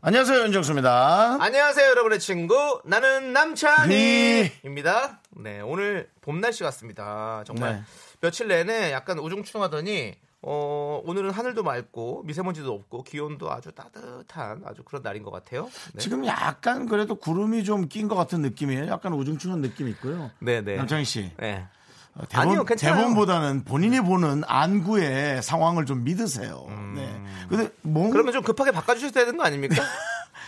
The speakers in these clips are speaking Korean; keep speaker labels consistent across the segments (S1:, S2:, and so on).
S1: 안녕하세요 윤정수입니다.
S2: 안녕하세요, 여러분의 친구. 나는
S1: 네.
S2: 남창희입니다. 네, 오늘 봄 날씨 같습니다. 정말
S1: 네.
S2: 며칠 내내 약간 우중충하더니 어, 오늘은 하늘도 맑고 미세먼지도 없고 기온도 아주 따뜻한 아주 그런 날인 것 같아요. 네.
S1: 지금 약간 그래도 구름이 좀 낀 것 같은 느낌이에요. 약간 우중충한 느낌이 있고요.
S2: 네, 네.
S1: 남창희 씨.
S2: 네.
S1: 어, 대본,
S2: 아니요, 네. 괜찮아요.
S1: 대본보다는 본인이 보는 안구의 상황을 좀 믿으세요. 네. 근데 몸
S2: 음. 그러면 좀 급하게 바꿔주셔야 되는 거 아닙니까?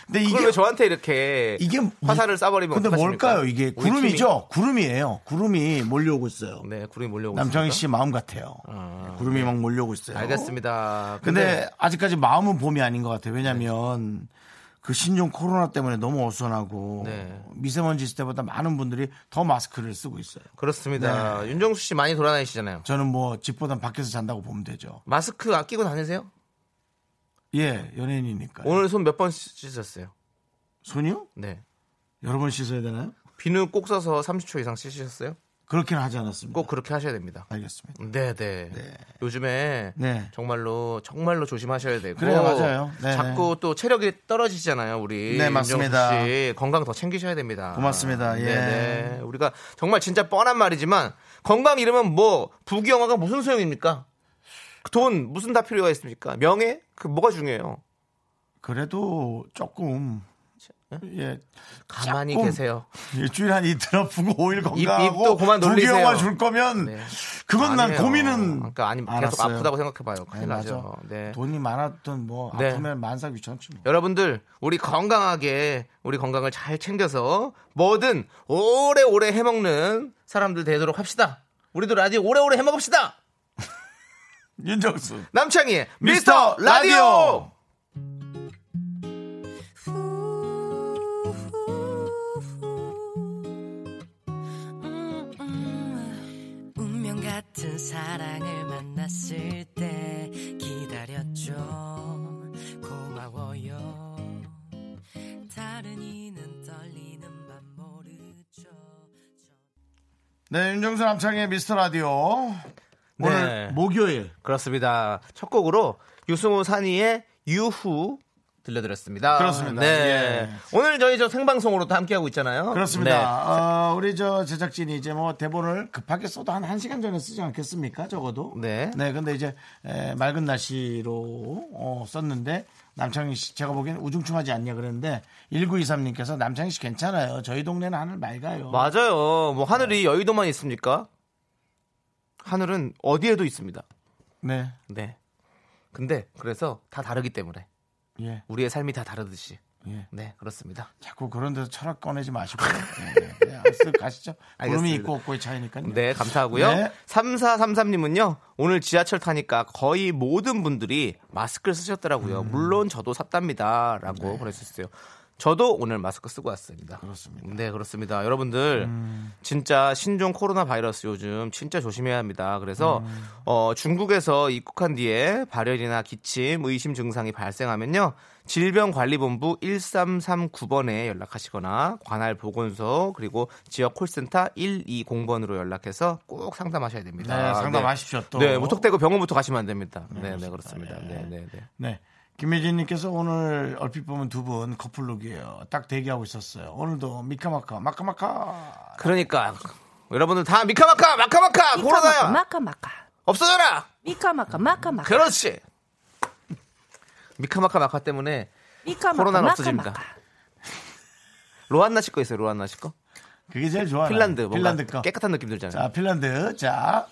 S1: 근데
S2: 이게 왜 저한테 이렇게
S1: 이게 무-
S2: 화살을 쏴버리면
S1: 근데
S2: 어떡하십니까?
S1: 뭘까요? 이게
S2: 우리
S1: 구름이죠. 구름이에요. 구름이 몰려오고 있어요.
S2: 팀이- 네, 구름이 몰려오고
S1: 남창희
S2: 있습니다.
S1: 씨 마음 같아요.
S2: 아,
S1: 구름이 막 몰려오고 있어요.
S2: 알겠습니다.
S1: 근데, 아직까지 마음은 봄이 아닌 것 같아요. 왜냐하면 그 신종 코로나 때문에 너무 어선하고
S2: 네.
S1: 미세먼지 있을 때보다 많은 분들이 더 마스크를 쓰고 있어요. 네.
S2: 그렇습니다. 윤정수 씨 많이 돌아다니시잖아요.
S1: 저는 뭐 집보단 밖에서 잔다고 보면 되죠.
S2: 마스크 아끼고 다니세요?
S1: 예, 연예인이니까.
S2: 오늘 손 몇 번 씻으셨어요?
S1: 손이요?
S2: 네.
S1: 여러 번 씻어야 되나요?
S2: 비누 꼭 써서 30초 이상 씻으셨어요?
S1: 그렇게는 하지 않았습니다.
S2: 꼭 그렇게 하셔야 됩니다.
S1: 알겠습니다.
S2: 네네. 요즘에
S1: 네.
S2: 정말로 정말로 조심하셔야 되고.
S1: 그래요, 맞아요. 네네.
S2: 자꾸 또 체력이 떨어지잖아요, 우리.
S1: 네,
S2: 윤정수
S1: 맞습니다.
S2: 씨 건강 더 챙기셔야 됩니다.
S1: 고맙습니다. 예.
S2: 네네. 우리가 정말 진짜 뻔한 말이지만 건강 잃으면 뭐 부귀영화가 무슨 소용입니까? 돈 무슨 다 필요가 있습니까? 명예 그 뭐가 중요해요?
S1: 그래도 조금 예
S2: 가만히
S1: 조금
S2: 계세요.
S1: 일주일에 한 이틀 아프고 5일 건강하고
S2: 입도 그만 놀리세요.
S1: 영화 줄 거면
S2: 네.
S1: 그건 난
S2: 아니에요.
S1: 고민은
S2: 그러니까 아니 계속
S1: 알았어요.
S2: 아프다고 생각해봐요. 큰일
S1: 네,
S2: 나죠.
S1: 맞아.
S2: 네.
S1: 돈이 많았던 뭐
S2: 네.
S1: 아프면 만사 귀찮지 뭐.
S2: 여러분들 우리 건강하게 우리 건강을 잘 챙겨서 뭐든 오래오래 해먹는 사람들 되도록 합시다. 우리도 라디오 오래오래 해먹읍시다.
S1: 윤정수
S2: 남창희의 미스터 라디오.
S3: 운명 같은 사랑을 만났을 때 기다렸죠 고마워요 다른 이는 떨리는 맘 모르죠
S1: 네 윤정수 남창의 미스터 라디오 오늘
S2: 네.
S1: 목요일
S2: 그렇습니다. 첫 곡으로 유승호 산이의 유후 들려드렸습니다.
S1: 그렇습니다.
S2: 네. 오늘 저희 저 생방송으로 도 함께하고 있잖아요. 네.
S1: 그렇습니다. 어, 우리 저 제작진이 이제 뭐 대본을 급하게 써도 한 1시간 전에 쓰지 않겠습니까? 적어도.
S2: 네.
S1: 근데 이제 에, 맑은 날씨로 어, 썼는데 남창희 씨 제가 보기엔 우중충하지 않냐 그랬는데 1923님께서 남창희 씨 괜찮아요. 저희 동네는 하늘 맑아요.
S2: 어. 맞아요.
S1: 네.
S2: 뭐 하늘이 여의도만 있습니까? 하늘은 어디에도 있습니다.
S1: 네.
S2: 네. 근데 그래서 다 다르기 때문에
S1: 예.
S2: 우리의 삶이 다 다르듯이.
S1: 예.
S2: 네, 그렇습니다.
S1: 자꾸 그런 데서 철학 꺼내지 마시고. 네, 네. 알았어요. 가시죠. 구름이
S2: 알겠습니다.
S1: 있고 없고의 차이니까요.
S2: 네, 감사하고요.
S1: 네.
S2: 3433님은요, 오늘 지하철 타니까 거의 모든 분들이 마스크를 쓰셨더라고요.
S1: 음.
S2: 물론 저도 샀답니다. 라고 보내주셨어요. 저도 오늘 마스크 쓰고 왔습니다.
S1: 네. 그렇습니다. 음.
S2: 네, 그렇습니다. 여러분들, 진짜 신종 코로나 바이러스 요즘 진짜 조심해야 합니다. 그래서,
S1: 음.
S2: 어, 중국에서 입국한 뒤에 발열이나 기침, 의심 증상이 발생하면요, 질병관리본부 1339번에 연락하시거나, 관할 보건소, 그리고 지역 콜센터 120번으로 연락해서 꼭 상담하셔야 됩니다.
S1: 네, 상담하십시오, 또.
S2: 네, 무턱대고 병원부터 가시면 안 됩니다. 네, 네, 그렇습니다. 네, 네, 네.
S1: 네. 김혜진님께서 오늘 얼핏 보면 두 분 커플룩이에요. 딱 대기하고 있었어요. 오늘도 미카마카, 마카마카.
S2: 그러니까, 여러분들 다 미카마카, 마카마카, 코로나야!
S3: 마카마카
S2: 없어져라!
S3: 미카마카 마카마카
S2: 그렇지. 미카마카 마카 때문에
S3: 미카마카
S2: 코로나는 없어집니다. 로안나 씨거 있어요. 로안나 씨 거.
S1: 그게 제일 좋아요.
S2: 핀란드 뭔가
S1: 핀란드 거.
S2: 깨끗한 느낌 들잖아요.
S1: 자, 핀란드. 자,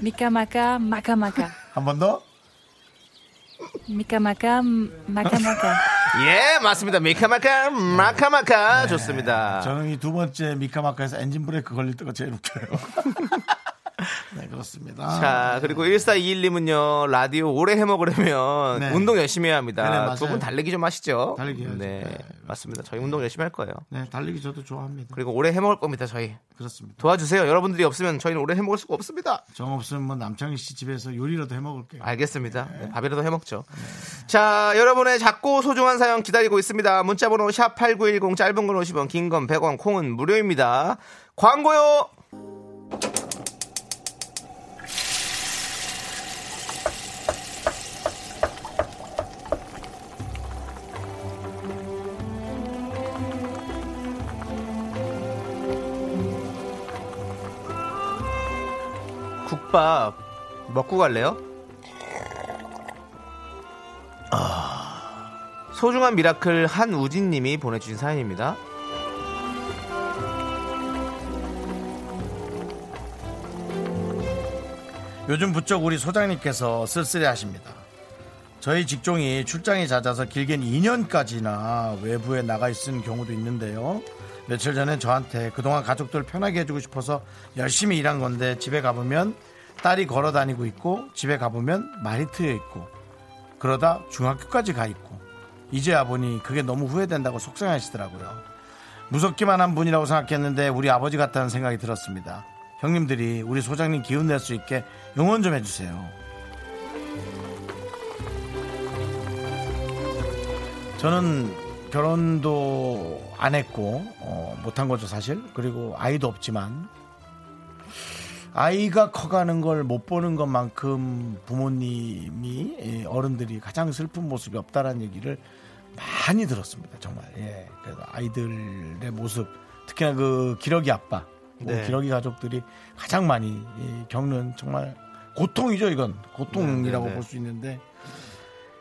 S4: 미카마카 마카마카
S1: 한 번 더.
S4: 미카마카 마카마카
S2: 예, 맞습니다. 미카마카 마카마카 좋습니다.
S1: 저는 이 두 번째 미카마카에서 엔진 브레이크 걸릴 때가 제일 웃겨요. 네, 그렇습니다.
S2: 자, 그리고 1421님은요, 라디오 오래 해먹으려면
S1: 네.
S2: 운동 열심히 해야
S1: 네네,
S2: 합니다.
S1: 맞아요.
S2: 두 분 달리기 좀 하시죠.
S1: 달리기 해야죠.
S2: 네,
S1: 네.
S2: 맞습니다. 저희 운동 열심히 할 거예요.
S1: 네, 달리기 저도 좋아합니다.
S2: 그리고 오래 해먹을 겁니다, 저희.
S1: 그렇습니다.
S2: 도와주세요. 여러분들이 없으면 저희는 오래 해먹을 수가 없습니다.
S1: 정 없으면 뭐 남창희 씨 집에서 요리라도 해 먹을게요.
S2: 알겠습니다. 네, 밥이라도 해먹죠. 자, 여러분의 작고 소중한 사연 기다리고 있습니다. 문자번호 샵8910 짧은 건 50원, 긴 건 100원, 콩은 무료입니다. 광고요! 국밥 먹고 갈래요? 소중한 미라클 한우진님이 보내주신 사연입니다.
S1: 요즘 부쩍 우리 소장님께서 쓸쓸해하십니다. 저희 직종이 출장이 잦아서 길게는 2년까지나 외부에 나가 있는 경우도 있는데요. 며칠 전에 저한테 그동안 가족들 편하게 해주고 싶어서 열심히 일한 건데 집에 가보면 딸이 걸어 다니고 있고 집에 가보면 말이 트여 있고 그러다 중학교까지 가 있고 이제야 보니 그게 너무 후회된다고 속상하시더라고요. 무섭기만 한 분이라고 생각했는데 우리 아버지 같다는 생각이 들었습니다. 형님들이 우리 소장님 기운 낼 수 있게 응원 좀 해주세요. 저는 결혼도 안 했고 어, 못한 거죠 사실. 그리고 아이도 없지만 아이가 커가는 걸 못 보는 것만큼 부모님이 예, 어른들이 가장 슬픈 모습이 없다라는 얘기를 많이 들었습니다. 정말. 예. 그래서 아이들의 모습, 특히나 그 기러기 아빠, 뭐
S2: 네.
S1: 기러기 가족들이 가장 많이 예, 겪는 정말 고통이죠. 이건 고통이라고
S2: 네, 네, 네.
S1: 볼 수 있는데.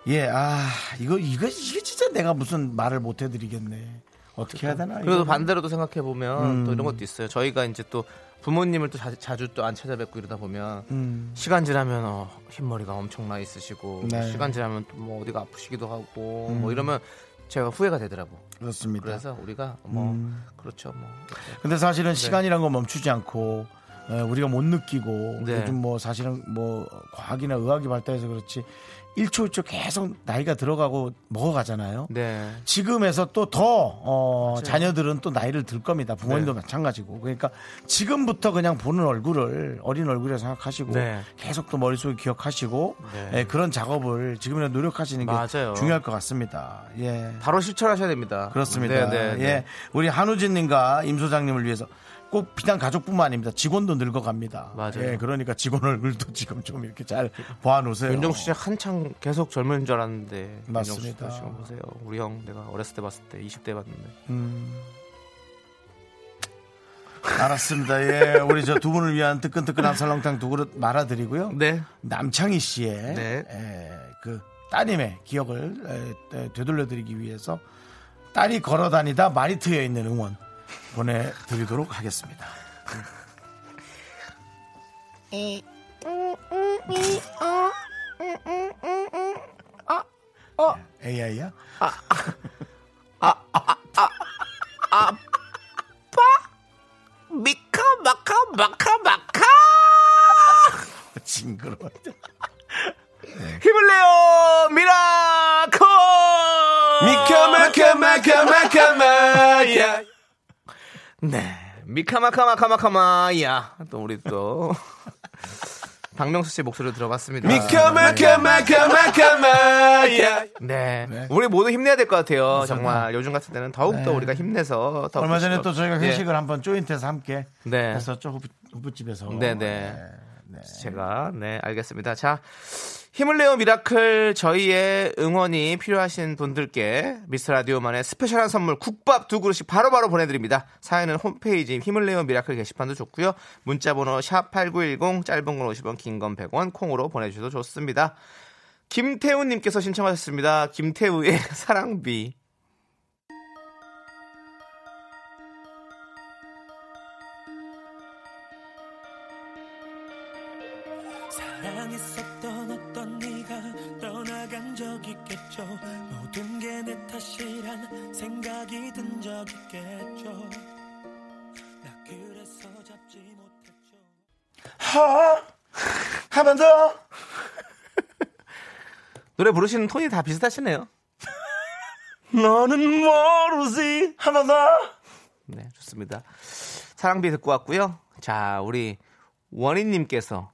S1: 예, 아, 이거, 이거, 이게 진짜 내가 무슨 말을 못 해드리겠네. 어떻게 해야 되나?
S2: 그리고
S1: 이거는.
S2: 반대로도 생각해 보면 또
S1: 음.
S2: 이런 것도 있어요. 저희가 이제 또 부모님을 또 자, 주 또 안 찾아뵙고 이러다 보면
S1: 음.
S2: 시간 지나면 어, 흰머리가 엄청 나 있으시고
S1: 네. 음.
S2: 시간 지나면 또 뭐 어디가 아프시기도 하고 뭐 이러면 제가 후회가 되더라고.
S1: 그렇습니다. 음.
S2: 그래서 우리가 뭐 네. 그렇죠 뭐
S1: 근데 사실은 시간이란 건 멈추지 않고 에, 우리가 못 느끼고
S2: 네.
S1: 요즘 뭐 사실은 뭐 과학이나 의학이 발달해서 그렇지 1초 1초 계속 나이가 들어가고 먹어가잖아요.
S2: 네.
S1: 지금에서 또 더 어, 자녀들은 또 나이를 들 겁니다. 부모님도
S2: 네.
S1: 마찬가지고 그러니까 지금부터 그냥 보는 얼굴을 어린 얼굴에 생각하시고
S2: 네.
S1: 계속 또 머릿속에 기억하시고
S2: 네.
S1: 에, 그런 작업을 지금이라 노력하시는 게
S2: 맞아요.
S1: 중요할 것 같습니다. 예.
S2: 바로 실천하셔야 됩니다.
S1: 그렇습니다.
S2: 네, 네,
S1: 예.
S2: 네.
S1: 우리 한우진님과 임 소장님을 위해서 꼭 비단 가족뿐만 아닙니다. 직원도 늙어갑니다.
S2: 맞아요.
S1: 예, 그러니까 직원 얼굴도 지금 좀 이렇게 잘 보아놓으세요.
S2: 윤정수 씨 한창 계속 젊은 줄 알았는데
S1: 맞습니다.
S2: 윤정수 씨 지금 보세요. 우리 형 내가 어렸을 때 봤을 때 20대 봤는데
S1: 알았습니다. 예, 우리 저 두 분을 위한 뜨끈뜨끈한 설렁탕 두 그릇 말아드리고요.
S2: 네.
S1: 남창희 씨의
S2: 네.
S1: 에, 그 따님의 기억을 에, 에, 되돌려드리기 위해서 딸이 걸어다니다 말이 트여 있는 응원 보내드리도록 하겠습니다. AI야?
S2: 미카 마카 마카 마카
S1: 징그러워.
S2: 힘을 내요 미라클 미카 마카 마카 마카 마야 네 미카 마카 마카 마카 마야 또 우리 또 박명수 씨 목소리를 들어봤습니다. 네. 미카 마카 마카 마카 마야 네.
S1: 네.
S2: 우리 모두 힘내야 될 것 같아요. 정말 요즘 같은 때는 더욱 더
S1: 네.
S2: 우리가 힘내서 더
S1: 얼마 전에
S2: 부시러-
S1: 또 저희가
S2: 예.
S1: 회식을 한번 조인트에서 함께
S2: 네.
S1: 했었죠 후부, 후부집에서.
S2: 네네.
S1: 네.
S2: 제가 네 알겠습니다. 자 힘을 내요 미라클 저희의 응원이 필요하신 분들께 미스 라디오만의 스페셜한 선물 국밥 두 그릇씩 바로바로 보내드립니다. 사연은 홈페이지 힘을 내요 미라클 게시판도 좋고요. 문자번호 샵 #8910 짧은 건 50원, 긴 건 100원 콩으로 보내주셔도 좋습니다. 김태우님께서 신청하셨습니다. 김태우의 사랑비.
S5: 사랑했었던 어떤 네가 떠나간 적 있겠죠 모든 게 내 탓이란 생각이 든 적 있겠죠 나 그래서 잡지 못했죠
S1: 하 하면서
S2: 노래 부르시는 톤이 다 비슷하시네요. 너는 모르지.
S1: 하면서
S2: 네, 좋습니다. 사랑비 듣고 왔고요. 자, 우리 원희님께서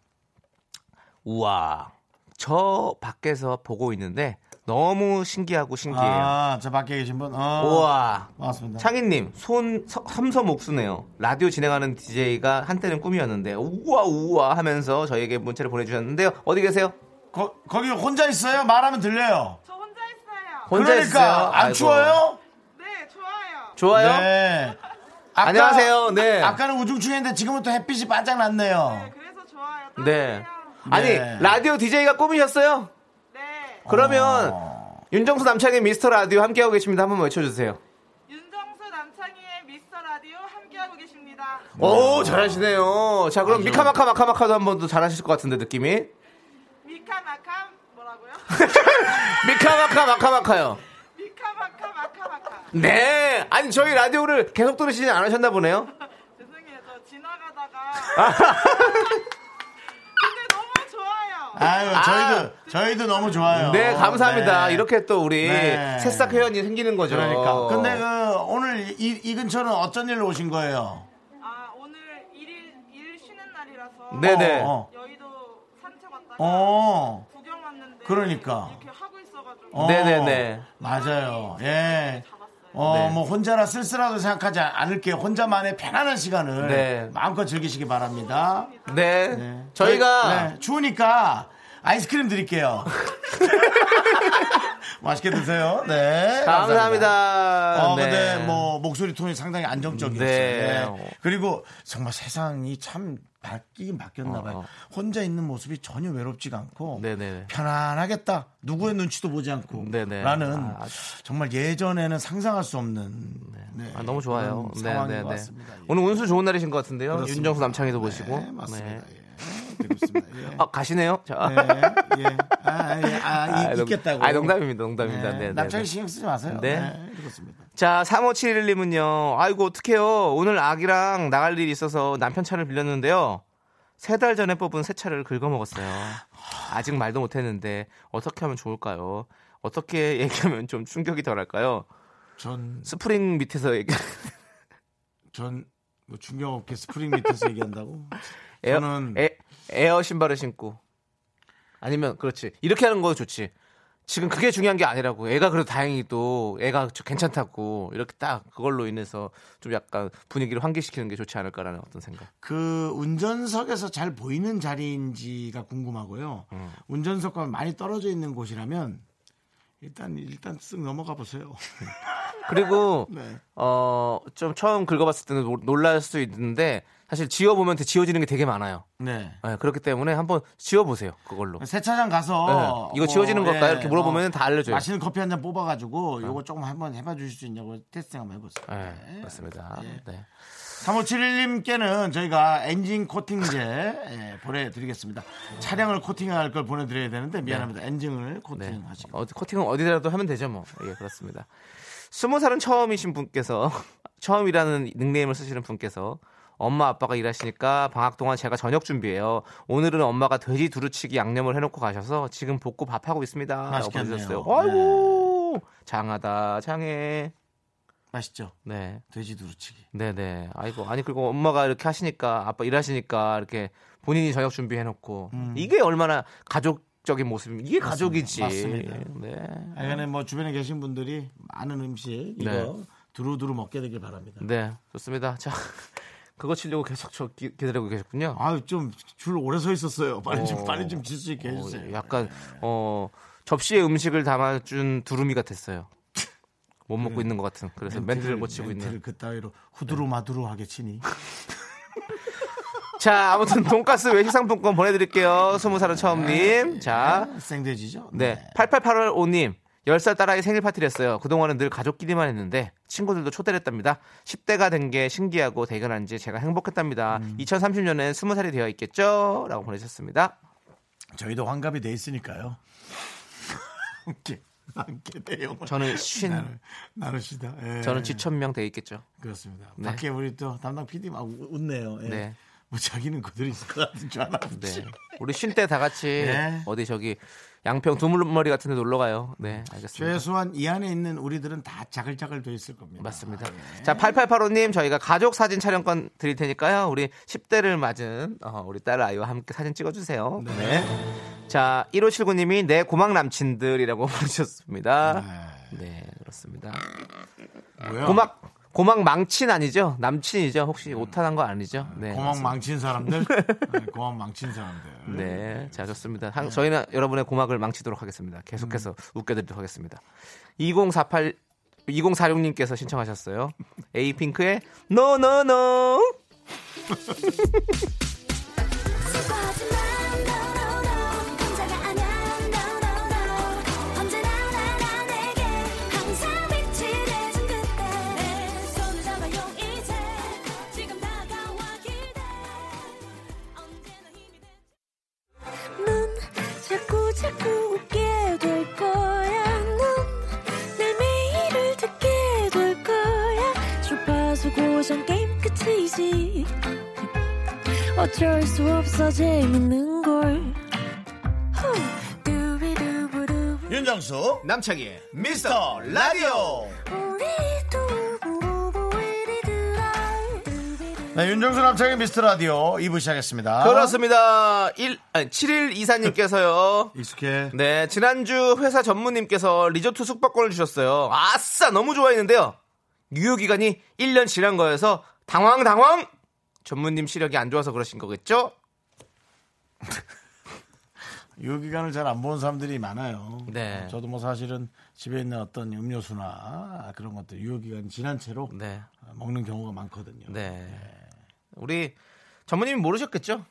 S2: 우와 저 밖에서 보고 있는데 너무 신기하고 신기해요.
S1: 아, 저 밖에 계신 분. 어.
S2: 우와
S1: 맞습니다.
S2: 창희님 손 서- 삼섬 옥수네요. 라디오 진행하는 DJ가 한때는 꿈이었는데 우와 우와 하면서 저에게 문자를 보내주셨는데요. 어디 계세요?
S1: 거, 거기 혼자 있어요? 말하면 들려요.
S2: 혼자
S1: 그러니까
S2: 있어요?
S1: 안
S2: 아이고.
S1: 추워요?
S6: 네,
S2: 좋아요.
S1: 네. 아까-
S2: 안녕하세요. 네.
S1: 아까는 우중충했는데 지금은 또 햇빛이 반짝 났네요.
S2: 네. 아니
S1: 네.
S2: 라디오 DJ가 꿈이셨어요? 네. 그러면
S1: 어.
S2: 윤정수 남창의 미스터 라디오 함께하고 계십니다. 한번 외쳐주세요.
S6: 윤정수 남창희의 미스터 라디오 함께하고 계십니다.
S1: 어.
S2: 오 잘하시네요. 자 그럼 미카마카 마카마카도 한 번 더 잘하실 것 같은데 느낌이
S6: 미카마카 뭐라고요?
S2: 미카마카 마카마카요.
S6: 미카마카 마카마카.
S2: 네. 아니 저희 라디오를 계속 들으시진 않으셨나 보네요.
S6: 죄송해요. 저 지나가다가. 근데 너무 좋아요.
S1: 아유, 저희도, 저희도 너무 좋아요.
S2: 네 감사합니다.
S1: 네.
S2: 이렇게 또 우리
S1: 네.
S2: 새싹 회원이 생기는 거죠.
S1: 그러니까. 근데 그, 오늘 이, 이 근처는 어쩐 일로 오신 거예요?
S6: 아 오늘 일일 일 쉬는 날이라서.
S2: 네네.
S1: 어.
S6: 여의도 산책 왔다가
S1: 어.
S6: 구경 왔는데.
S1: 그러니까.
S6: 이렇게 하고 있어가지고.
S1: 어.
S2: 네네네.
S1: 맞아요. 예.
S6: 잡았어요.
S1: 어,
S2: 네.
S1: 뭐, 혼자라 쓸쓸하다고 생각하지 않을게요. 혼자만의 편안한 시간을
S2: 네.
S1: 마음껏 즐기시기 바랍니다.
S2: 네.
S1: 네.
S2: 저희가
S1: 네, 추우니까 아이스크림 드릴게요. 맛있게 드세요. 네.
S2: 감사합니다.
S1: 어,
S2: 네.
S1: 근데 뭐 목소리 톤이 상당히 안정적이었어요.
S2: 네.
S1: 네. 그리고 정말 세상이 참 바뀌긴 바뀌었나 봐요.
S2: 어, 어.
S1: 혼자 있는 모습이 전혀 외롭지가 않고
S2: 네네.
S1: 편안하겠다. 누구의 눈치도 보지 않고
S2: 네네.
S1: 라는
S2: 아,
S1: 정말 예전에는 상상할 수 없는 네,
S2: 아, 너무 좋아요.
S1: 그런
S2: 네,
S1: 상황인
S2: 네,
S1: 것
S2: 네.
S1: 같습니다. 예.
S2: 오늘 운수 좋은 날이신 것 같은데요.
S1: 그렇습니다.
S2: 윤정수 남창희도 보시고.
S1: 네, 맞습니다.
S2: 네.
S1: 예. 되고 있습니다. 예.
S2: 아, 가시네요. 자.
S1: 예, 예. 아, 예. 아, 이-
S2: 농-
S1: 있겠다고.
S2: 아, 농담입니다. 농담입니다. 네, 네,
S1: 남창희
S2: 네.
S1: 신경 쓰지 마세요.
S2: 네.
S1: 네. 그렇습니다.
S2: 자, 3571님은요. 아이고, 어떡해요. 오늘 아기랑 나갈 일이 있어서 남편 차를 빌렸는데요. 세 달 전에 뽑은 새 차를 긁어먹었어요. 아직 말도 못했는데 어떻게 하면 좋을까요? 어떻게 얘기하면 좀 충격이 덜할까요?
S1: 전,
S2: 스프링 밑에서 얘기
S1: 전, 뭐 중경 업계 스프링 밑에서 얘기한다고?
S2: 에어,
S1: 저는-
S2: 에, 에어 신발을 신고 아니면 그렇지 이렇게 하는 거 좋지 지금 그게 중요한 게 아니라고 애가 그래도 다행히 또 애가 저- 괜찮다고 이렇게 딱 그걸로 인해서 좀 약간 분위기를 환기시키는 게 좋지 않을까라는 어떤 생각
S1: 그 운전석에서 잘 보이는 자리인지가 궁금하고요.
S2: 음.
S1: 운전석과 많이 떨어져 있는 곳이라면 일단 일단 쓱 넘어가 보세요.
S2: 그리고
S1: 네.
S2: 어 좀 처음 긁어봤을 때는 노- 놀랄 수 있는데 사실 지워보면 지워지는 게 되게 많아요
S1: 네.
S2: 예, 그렇기 때문에 한번 지워보세요 그걸로
S1: 세차장 가서
S2: 예, 이거 지워지는
S1: 뭐,
S2: 걸까요?
S1: 어, 예,
S2: 이렇게 물어보면 다 알려줘요
S1: 맛있는 커피 한 잔 뽑아가지고 요거 조금 한번 해봐 주실 수 있냐고 테스팅 한번 해보세요.
S2: 예,
S1: 네.
S2: 맞습니다
S1: 예.
S2: 네.
S1: 3571님께는 저희가 엔진 코팅제 예, 보내드리겠습니다. 차량을 코팅할 걸 보내드려야 되는데 미안합니다. 엔진을
S2: 네.
S1: 코팅하시고.
S2: 어디 코팅은 어디라도 하면 되죠 뭐. 예, 그렇습니다. 스무 살은 처음이신 분께서 처음이라는 닉네임을 쓰시는 분께서 엄마 아빠가 일하시니까 방학 동안 제가 저녁 준비해요. 오늘은 엄마가 돼지 두루치기 양념을 해놓고 가셔서 지금 볶고 밥하고 있습니다. 라고
S1: 맛있겠네요.
S2: 보내주셨어요.
S1: 네.
S2: 아이고 장하다 장해.
S1: 맛있죠?
S2: 네,
S1: 돼지 두루치기.
S2: 네, 네. 아이고 아니 그리고 엄마가 이렇게 하시니까 아빠 일하시니까 이렇게 본인이 저녁 준비해놓고 이게 얼마나 가족적인 모습입니다. 이게 가족이지.
S1: 음. 맞습니다.
S2: 네.
S1: 아간에 뭐 주변에 계신 분들이 많은 음식 이거
S2: 네.
S1: 두루두루 먹게 되길 바랍니다.
S2: 네, 좋습니다. 자, 그거 치려고 계속 저 기- 기다리고 계셨군요.
S1: 아유 좀 줄 오래 서 있었어요. 빨리
S2: 어.
S1: 좀 빨리 좀 질 수 있게 해주세요.
S2: 어, 약간 어 접시에 음식을 담아준 두루미 같았어요. 못 먹고 있는 것 같은. 그래서 멘트를 못 치고
S1: 멘트를
S2: 있는.
S1: 그따위로 후두루마두루하게 치니.
S2: 자, 아무튼 돈가스 외식 상품권 보내드릴게요. 스무 살은 처음님. 자,
S1: 생돼지죠?
S2: 아. 네, 88885님. 10살 딸아이 생일 파티를 했어요. 그동안은 늘 가족끼리만 했는데 친구들도 초대를 했답니다. 10대가 된 게 신기하고 대견한 지 제가 행복했답니다. 2030년엔 20살이 되어 있겠죠? 라고 보내셨습니다.
S1: 저희도 환갑이 돼 있으니까요. 함께 함께 대용을.
S2: 저는 쉰.
S1: 나는- 나누시다. 예.
S2: 저는 지천명 돼 있겠죠.
S1: 그렇습니다.
S2: 네.
S1: 밖에 우리 또 담당 PD 막 웃- 웃네요. 예.
S2: 네.
S1: 뭐 자기는 그들이 있을 것 같은 줄 알았는데.
S2: 네. 우리 쉴 때 다 같이
S1: 네.
S2: 어디 저기 양평 두물머리 같은 데 놀러 가요. 네, 알겠습니다.
S1: 최소한 이 안에 있는 우리들은 다 자글자글 돼 있을 겁니다. 아, 예.
S2: 맞습니다.
S1: 네.
S2: 자, 8885님, 저희가 가족 사진 촬영권 드릴 테니까요. 우리 10대를 맞은 어, 우리 딸 아이와 함께 사진 찍어주세요.
S1: 네.
S2: 자, 1579님이 내 고막 남친들이라고 보내셨습니다. 네, 그렇습니다.
S1: 뭐야?
S2: 고막, 고막 망친 아니죠? 남친이죠? 혹시 오타난 거 아니죠? 네.
S1: 음. 고막 망친 사람들. 네, 고막 망친 사람들.
S2: 네, 음. 자 좋습니다. 한- 저희는 여러분의 고막을 망치도록 하겠습니다. 계속해서 웃겨드리도록 하겠습니다. 2048 2046님께서 신청하셨어요. 에이핑크의 노노노.
S7: 넌 자꾸 자꾸 웃게 될 거야. 넌내 매일을 듣게 될 거야. 주파수 고정 게임 끝이지. 어쩔 수 없어 재밌는 걸. 후. 두비두부두.
S1: 윤정수 남창희 미스터 라디오.
S7: 우리 두부부부 우리 두라. 두비두부.
S1: 네, 윤정수 남창희 미스터 라디오 2부 시작했습니다.
S2: 그렇습니다. 1 아니 7일 이사님께서요.
S1: 익숙해.
S2: 네, 지난주 회사 전무님께서 리조트 숙박권을 주셨어요. 아싸, 너무 좋아했는데요. 유효 기간이 1년 지난 거여서 당황 당황. 전무님 시력이 안 좋아서 그러신 거겠죠?
S1: 요 기간을 잘 안 보는 사람들이 많아요.
S2: 네.
S1: 저도 뭐 사실은 집에 있는 어떤 음료수나 그런 것들 유효 기간 지난 채로
S2: 네.
S1: 먹는 경우가 많거든요.
S2: 네. 우리 전무님이 모르셨겠죠?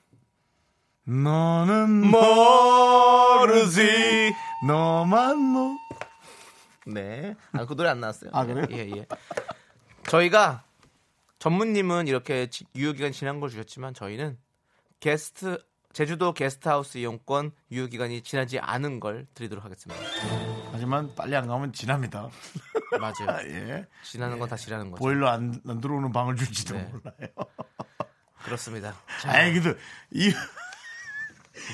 S1: 너는
S2: 뭐?
S1: 모르지 너만 뭐? 모.
S2: 네. 아, 그 노래 안 나왔어요.
S1: 아, 그래요?
S2: 예, 예. 저희가 전무님은 이렇게 지- 유효기간 지난 걸 주셨지만 저희는 게스트 제주도 게스트하우스 이용권 유효기간이 지나지 않은 걸 드리도록 하겠습니다.
S1: 하지만 빨리 안 가면 지납니다.
S2: 맞아요.
S1: 예.
S2: 지나는 건 다 지나는 거죠.
S1: 보일러 안, 안 들어오는 방을 줄지도
S2: 네.
S1: 몰라요.
S2: 그렇습니다. 자,
S1: 아이 그래도 이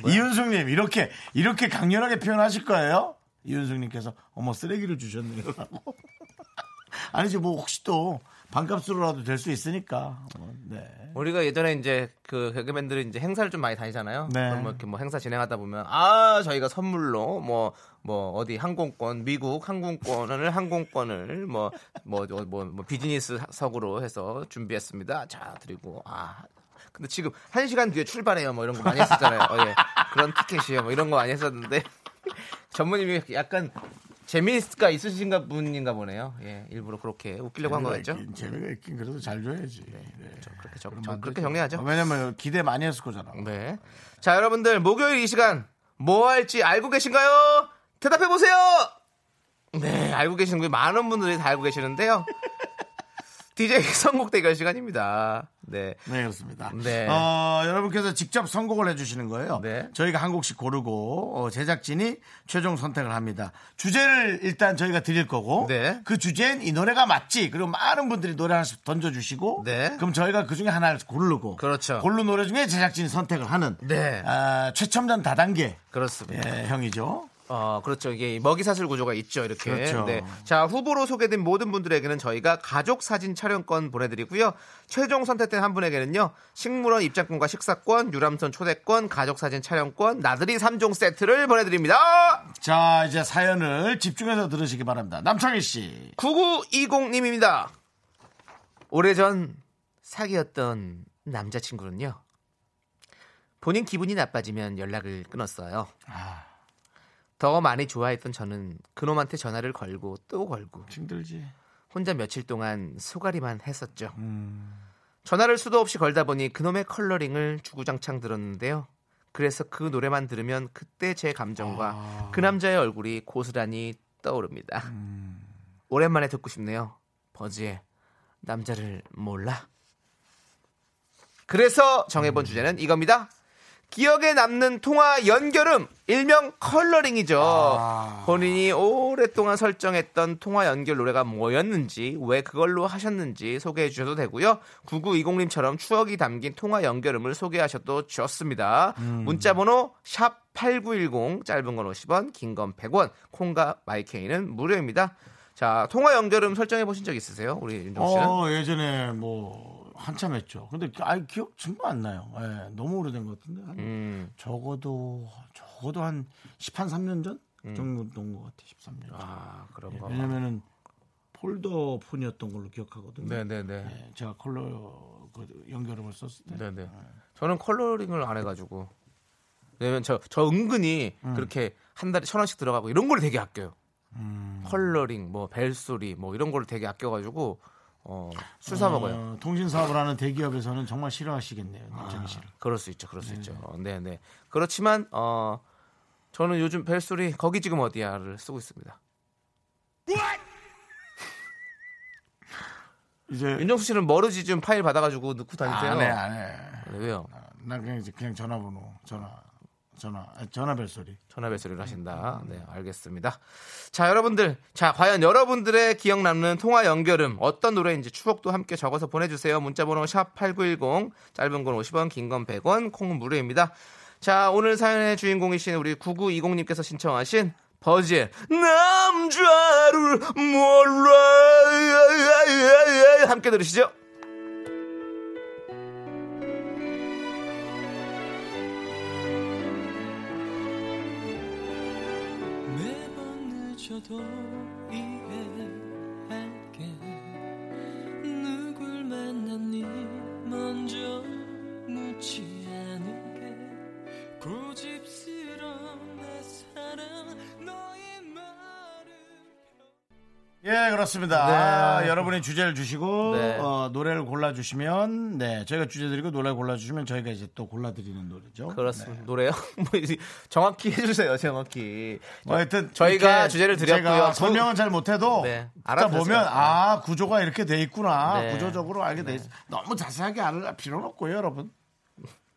S1: 이윤숙님 이렇게 이렇게 강렬하게 표현하실 거예요? 이윤숙님께서 어머 쓰레기를 주셨네요라고. 아니지 뭐 혹시 또 반값으로라도 될 수 있으니까. 뭐, 네.
S2: 우리가 예전에 이제 그 개그맨들이 이제 행사를 좀 많이 다니잖아요.
S1: 네.
S2: 그럼 뭐 이렇게 뭐 행사 진행하다 보면 아 저희가 선물로 뭐 뭐 어디 항공권 미국 항공권을 항공권을 뭐 뭐 뭐 비즈니스석으로 해서 준비했습니다. 자 드리고 아 근데 지금 한 시간 뒤에 출발해요. 뭐 이런 거 많이 했었잖아요. 어, 예. 그런 티켓이요. 뭐 이런 거 많이 했었는데 전무님이 약간 재미가 있으신가 분인가 보네요. 예, 일부러 그렇게 웃기려고 한 거겠죠.
S1: 재미가 있긴- 재미가 있긴 그래도 잘 줘야지. 네.
S2: 그렇게 정-
S1: 그럼
S2: 정-
S1: 안
S2: 그렇게
S1: 되죠.
S2: 정리하죠.
S1: 왜냐면 기대 많이 했을 거잖아.
S2: 네. 자, 여러분들 목요일 이 시간 뭐 할지 알고 계신가요? 대답해 보세요. 네, 알고 계시는 분 많은 분들이 다 알고 계시는데요. DJ 선곡 대결 시간입니다. 네.
S1: 네 그렇습니다.
S2: 네.
S1: 어, 여러분께서 직접 선곡을 해주시는 거예요.
S2: 네.
S1: 저희가 한 곡씩 고르고 어, 제작진이 최종 선택을 합니다. 주제를 일단 저희가 드릴 거고
S2: 네.
S1: 그 주제엔 이 노래가 맞지. 그리고 많은 분들이 노래 하나씩 던져주시고
S2: 네.
S1: 그럼 저희가 그 중에 하나를 고르고
S2: 그렇죠.
S1: 고른 노래 중에 제작진이 선택을 하는
S2: 네.
S1: 아, 최첨단 다단계
S2: 그렇습니다.
S1: 예, 형이죠.
S2: 어, 그렇죠. 이게 먹이사슬 구조가 있죠. 이렇게.
S1: 그렇죠.
S2: 네. 자, 후보로 소개된 모든 분들에게는 저희가 가족 사진 촬영권 보내드리고요. 최종 선택된 한 분에게는요. 식물원 입장권과 식사권, 유람선 초대권, 가족 사진 촬영권, 나들이 3종 세트를 보내드립니다.
S1: 자 이제 사연을 집중해서 들으시기 바랍니다. 남창희 씨.
S2: 9920님입니다. 오래전 사귀었던 남자친구는요. 본인 기분이 나빠지면 연락을 끊었어요. 더 많이 좋아했던 저는 그놈한테 전화를 걸고 또 걸고
S1: 힘들지.
S2: 혼자 며칠 동안 소가리만 했었죠. 전화를 수도 없이 걸다 보니 그놈의 컬러링을 주구장창 들었는데요. 그래서 그 노래만 들으면 그때 제 감정과 그 남자의 얼굴이 고스란히 떠오릅니다. 오랜만에 듣고 싶네요. 버즈의 음. 남자를 몰라. 그래서 정해본 주제는 이겁니다. 기억에 남는 통화 연결음 일명 컬러링이죠. 아. 본인이 오랫동안 설정했던 통화 연결 노래가 뭐였는지 왜 그걸로 하셨는지 소개해 주셔도 되고요. 9920님처럼 추억이 담긴 통화 연결음을 소개하셔도 좋습니다. 문자 번호 샵 8910 짧은 건 50원 긴 건 100원 콩과 마이케이는 무료입니다. 자 통화 연결음 설정해 보신 적 있으세요? 우리 윤종 씨는?
S1: 어, 예전에 뭐 한참 했죠. 근데 아예 기억 정말 안 나요. 예, 너무 오래된 것 같은데. 한
S2: 음.
S1: 적어도 적어도 한 10한 3년 전 정도 된 것 같아요. 13년. 전.
S2: 음. 아 그런
S1: 예,
S2: 거.
S1: 왜냐면은 폴더 폰이었던 걸로 기억하거든요.
S2: 네네네.
S1: 예, 제가 컬러 그 연결음을 썼을 때.
S2: 네네. 저는 컬러링을 안 해가지고. 왜냐면 저, 저 은근히 그렇게 한 달에 천 원씩 들어가고 이런 걸 되게 아껴요. 컬러링, 뭐 벨소리, 뭐 이런 걸 되게 아껴가지고 어, 술사 먹어요. 아,
S1: 어, 통신 사업을 하는 대기업에서는 정말 싫어하시겠네요. 남창희 씨를.
S2: 그럴 수 있죠, 그럴 수 있죠. 어, 네네. 그렇지만 어, 저는 요즘 벨소리 거기 지금 어디야를 쓰고 있습니다.
S1: 이제
S2: 윤정수 씨는 머르지 좀 파일 받아가지고 넣고 다니세요?
S1: 안해 안해.
S2: 네, 왜요?
S1: 난 그냥 이제 그냥 전화번호 전화 전화 아, 전화벨 소리.
S2: 전화 배수를 하신다. 네, 알겠습니다. 자, 여러분들. 자, 과연 여러분들의 기억 남는 통화 연결음 어떤 노래인지 추억도 함께 적어서 보내주세요. 문자번호 샵8910 짧은 건 50원, 긴 건 100원, 콩은 무료입니다. 자, 오늘 사연의 주인공이신 우리 9920님께서 신청하신 버즈의 남자를 몰라 함께 들으시죠.
S5: 매번 늦어도 이해할게 누굴 만났니 먼저 묻지 않을게 고집스러운 내 사랑 너의 말을
S1: 예, 그렇습니다.
S2: 네.
S1: 아, 여러분이 주제를 주시고
S2: 네.
S1: 어, 노래를 골라 주시면 네, 저희가 주제 드리고 노래 골라 주시면 저희가 이제 또 골라 드리는 노래죠. 네.
S2: 그렇습니다. 노래요? 뭐 이제 정확히 해주세요, 정확히.
S1: 뭐 하여튼
S2: 저희가
S1: 이렇게
S2: 주제를
S1: 제가
S2: 드렸고요. 그
S1: 설명은 잘 못해도
S2: 네,
S1: 듣다
S2: 알아들었을
S1: 보면
S2: 것 같아요.
S1: 아 구조가 이렇게 돼 있구나
S2: 네.
S1: 구조적으로 알게 돼 있어. 너무 자세하게 알 필요는 없고요, 여러분.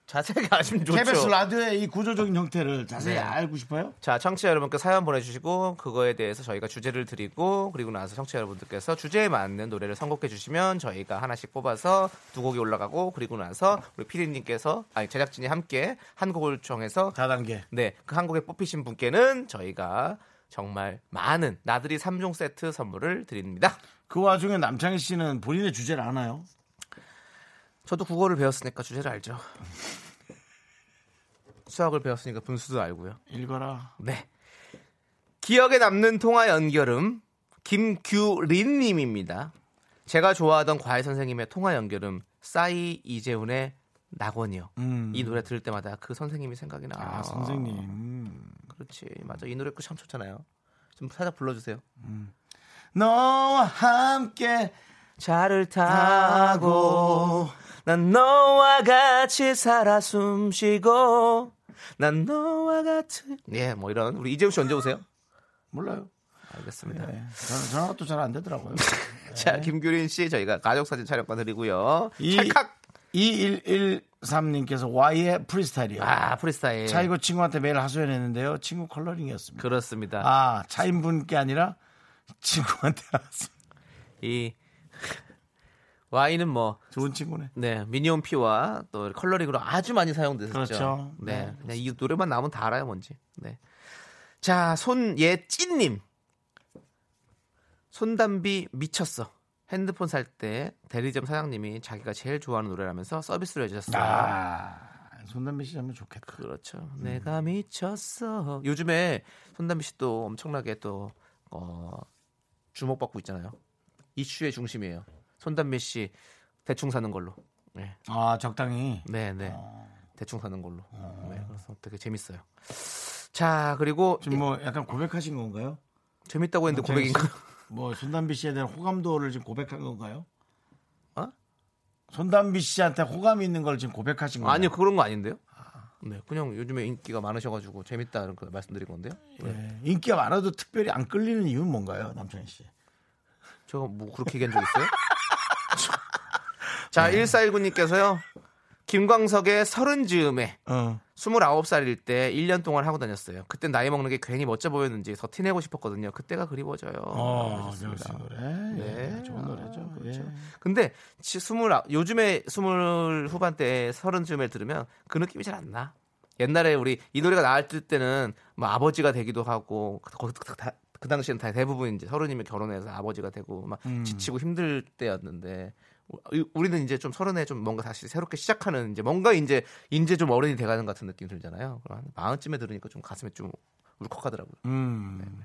S2: 자세하게 아시면 좋죠.
S1: KBS 라디오의 이 구조적인 형태를 자세히
S2: 그렇죠. 네.
S1: 알고 싶어요?
S2: 자, 청취자 여러분께 사연 보내주시고 그거에 대해서 저희가 주제를 드리고 그리고 나서 청취자 여러분들께서 주제에 맞는 노래를 선곡해 주시면 저희가 하나씩 뽑아서 두 곡이 올라가고 그리고 나서 우리 피디님께서 아니 제작진이 함께 한 곡을 정해서
S1: 4단계.
S2: 네, 그 한국에 뽑히신 분께는 저희가 정말 많은 나들이 3종 세트 선물을 드립니다.
S1: 그 와중에 남창희 씨는 본인의 주제를 아나요?
S2: 저도 국어를 배웠으니까 주제를 알죠. 수학을 배웠으니까 분수도 알고요.
S1: 읽어라.
S2: 네. 기억에 남는 통화 연결음 김규린 님입니다. 제가 좋아하던 과외 선생님의 통화 연결음 싸이 이재훈의 낙원이요.
S1: 음.
S2: 이 노래 들을 때마다 그 선생님이 생각이 나요.
S1: 아, 선생님.
S2: 그렇지. 맞아. 이 노래 참 좋잖아요. 좀 살짝 불러 주세요.
S1: 너와 함께
S2: 차를 타고 난 너와 같이 살아 숨쉬고 난 너와 같이 예, 뭐 이런 우리 이재훈 씨 언제 오세요? 네.
S1: 몰라요.
S2: 알겠습니다.
S1: 예. 저는 전화가 또 잘 안 되더라고요.
S2: 네. 자, 김규린 씨 저희가 가족 사진 촬영권 드리고요.
S1: 이-
S2: 찰칵.
S1: 2113님께서 Y의 프리스타일이요.
S2: 아, 프리스타일.
S1: 차 이거 친구한테 매일 하소연했는데요. 친구 컬러링이었습니다.
S2: 그렇습니다.
S1: 아 차인분께 아니라 친구한테 하소.
S2: 이 와인은 뭐
S1: 좋은 친구네.
S2: 네, 미니온 피와 또 컬러링으로 아주 많이 사용됐었죠.
S1: 그렇죠.
S2: 네.
S1: 네,
S2: 그냥 이 노래만 나오면 다 알아요, 뭔지. 네. 자, 손예찐 님. 손담비 미쳤어. 핸드폰 살 때 대리점 사장님이 자기가 제일 좋아하는 노래라면서 서비스를 해주셨어요.
S1: 아 손담비 씨 하면 좋겠다.
S2: 그렇죠.
S1: 음.
S2: 내가 미쳤어. 요즘에 손담비 씨 또 엄청나게 또 어, 주목받고 있잖아요. 이슈의 중심이에요. 손담비 씨 대충 사는 걸로. 네,
S1: 아 적당히.
S2: 네, 네.
S1: 아.
S2: 대충 사는 걸로. 네, 그래서 되게 재밌어요. 자, 그리고
S1: 지금 뭐 약간 고백하신 건가요?
S2: 재밌다고 했는데 고백인가?
S1: 뭐 손담비 씨에 대한 호감도를 지금 고백한 건가요?
S2: 어?
S1: 손담비 씨한테 호감이 있는 걸 지금 고백하신 건가요?
S2: 아니요, 그런 거 아닌데요. 네, 그냥 요즘에 인기가 많으셔가지고 재밌다는 걸 말씀드린 건데요. 네.
S1: 예. 인기가 많아도 특별히 안 끌리는 이유는 뭔가요, 남창희 씨?
S2: 제가 뭐 그렇게 얘기한 적 있어요? 자, 1419님께서요. 김광석의 서른 즈음에
S1: 어.
S2: 29살일 때 1년 동안 하고 다녔어요. 그때 나이 먹는 게 괜히 멋져 보였는지 더 티내고 싶었거든요. 그때가 그리워져요.
S1: 어,
S2: 하셨습니다.
S1: 역시 노래.
S2: 네.
S1: 예, 좋은 노래죠.
S2: 아,
S1: 예.
S2: 그렇죠. 근데 지- 스물 아- 요즘에 스물 후반대 서른쯤에 들으면 그 느낌이 잘 안 나. 옛날에 우리 이 노래가 나왔을 때는 뭐 아버지가 되기도 하고 그- 그- 그- 다- 그 당시에는 다 대부분 이제 서른이면 결혼해서 아버지가 되고 막 지치고 힘들 때였는데 우- 우리는 이제 좀 서른에 좀 뭔가 다시 새롭게 시작하는 이제 뭔가 이제 이제 좀 어른이 돼가는 것 같은 느낌이 들잖아요. 그럼 한 마흔쯤에 들으니까 좀 가슴에 좀 울컥하더라고요. 네.
S1: 음.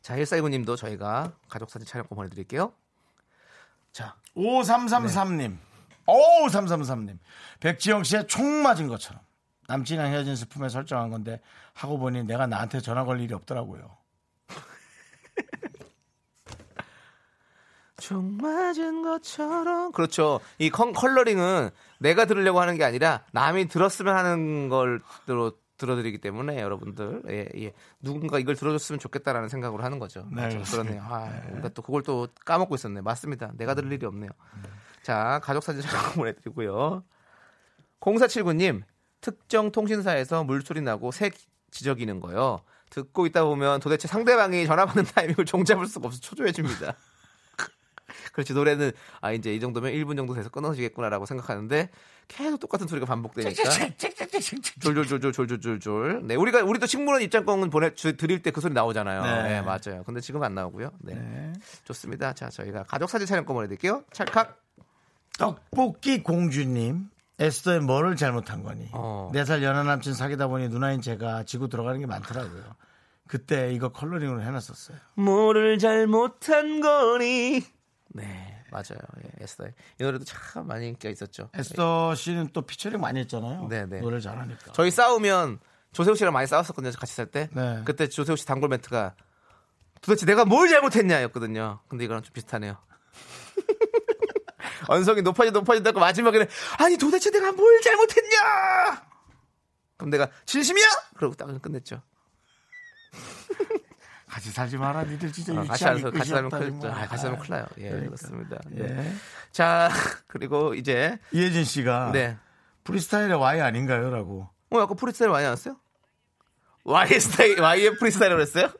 S2: 자, 1429님도 저희가 가족사진 촬영권 보내드릴게요. 자,
S1: 5333님. 오, 5333님. 백지영 씨의 총 맞은 것처럼. 남친이랑 헤어진 슬픔에 설정한 건데 하고 보니 내가 나한테 전화 걸 일이 없더라고요.
S2: 총 맞은 것처럼 그렇죠. 이 컨- 컬러링은 내가 들으려고 하는 게 아니라 남이 들었으면 하는 걸로 들어드리기 때문에 여러분들 예, 예. 누군가 이걸 들어줬으면 좋겠다라는 생각으로 하는 거죠.
S1: 네,
S2: 맞아요. 그러네요.
S1: 그렇습니다.
S2: 아, 그러니까 또 그걸 또 까먹고 있었네. 맞습니다. 내가 들을 일이 없네요. 자, 가족 사진 잠깐 보내드리고요. 0479님 특정 통신사에서 물소리 나고 색 지적이는 거요. 듣고 있다 보면 도대체 상대방이 전화 받는 타이밍을 종잡을 수가 없어 초조해집니다. 그렇지 노래는 아 이제 이 정도면 1분 정도 돼서 끊어지겠구나라고 생각하는데 계속 똑같은 소리가 반복되니까 졸졸졸졸졸졸졸 네 우리가 우리도 식물원 입장권은 보내 주- 드릴 때 그 소리 나오잖아요
S1: 네.
S2: 네. 맞아요 근데 지금 안 나오고요 네,
S1: 네.
S2: 좋습니다 자 저희가 가족 사진 촬영권 보내드릴게요 찰칵
S1: 떡볶이 공주님. 에스더에 뭐를 잘못한 거니?
S2: 어.
S1: 네 살 연하 남친 사귀다 보니 누나인 제가 지고 들어가는 게 많더라고요. 그때 이거 컬러링으로 해놨었어요.
S2: 뭐를 잘못한 거니 네 맞아요 예, 에스더 이 노래도 참 많이 인기가 있었죠
S1: 에스더 씨는 또 피처링 많이 했잖아요.
S2: 네, 네.
S1: 노래를 잘하니까.
S2: 저희 싸우면 조세호 씨랑 많이 싸웠었거든요. 같이 살 때.
S1: 네.
S2: 그때 조세호 씨 단골 멘트가 도대체 내가 뭘 잘못했냐였거든요. 근데 이거랑 좀 비슷하네요. 언성이 높아지 높아진다고 마지막에는 아니 도대체 내가 뭘 잘못했냐? 그럼 내가 진심이야? 그러고 딱 끝냈죠. 아,
S1: 같이 살지 마라. 니들 진짜
S2: 어, 같이
S1: 유치하게
S2: 살면 같이 살면 큰일 나요. 같이
S1: 아,
S2: 살면 큰일 나요. 예, 그렇습니다 네. 자 그리고 이제
S1: 이혜진 씨가
S2: 네.
S1: 프리스타일의 와이 아닌가요? 라고.
S2: 어 아까 프리스타일 많이 나왔어요? Y 스타일 Y의 프리스타일을 했어요?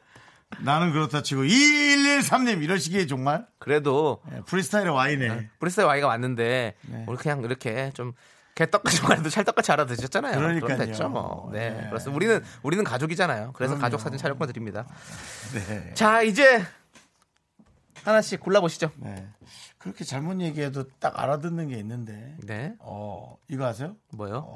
S1: 나는 그렇다 치고 2113님 이러시기에 정말
S2: 그래도
S1: 예, 프리스타일의 와이네.
S2: 브리스의 와이가 왔는데 우리 그냥 이렇게 좀 개떡같이 말해도 찰떡같이 알아듣셨잖아요. 그럼
S1: 그러니까요.
S2: 됐죠 뭐. 네,
S1: 네.
S2: 그렇습니다. 우리는 우리는 가족이잖아요. 그래서 가족 사진 촬영권 드립니다.
S1: 네.
S2: 자 이제 하나씩 골라 보시죠.
S1: 네. 그렇게 잘못 얘기해도 딱 알아듣는 게 있는데.
S2: 네,
S1: 어, 이거 아세요?
S2: 뭐요?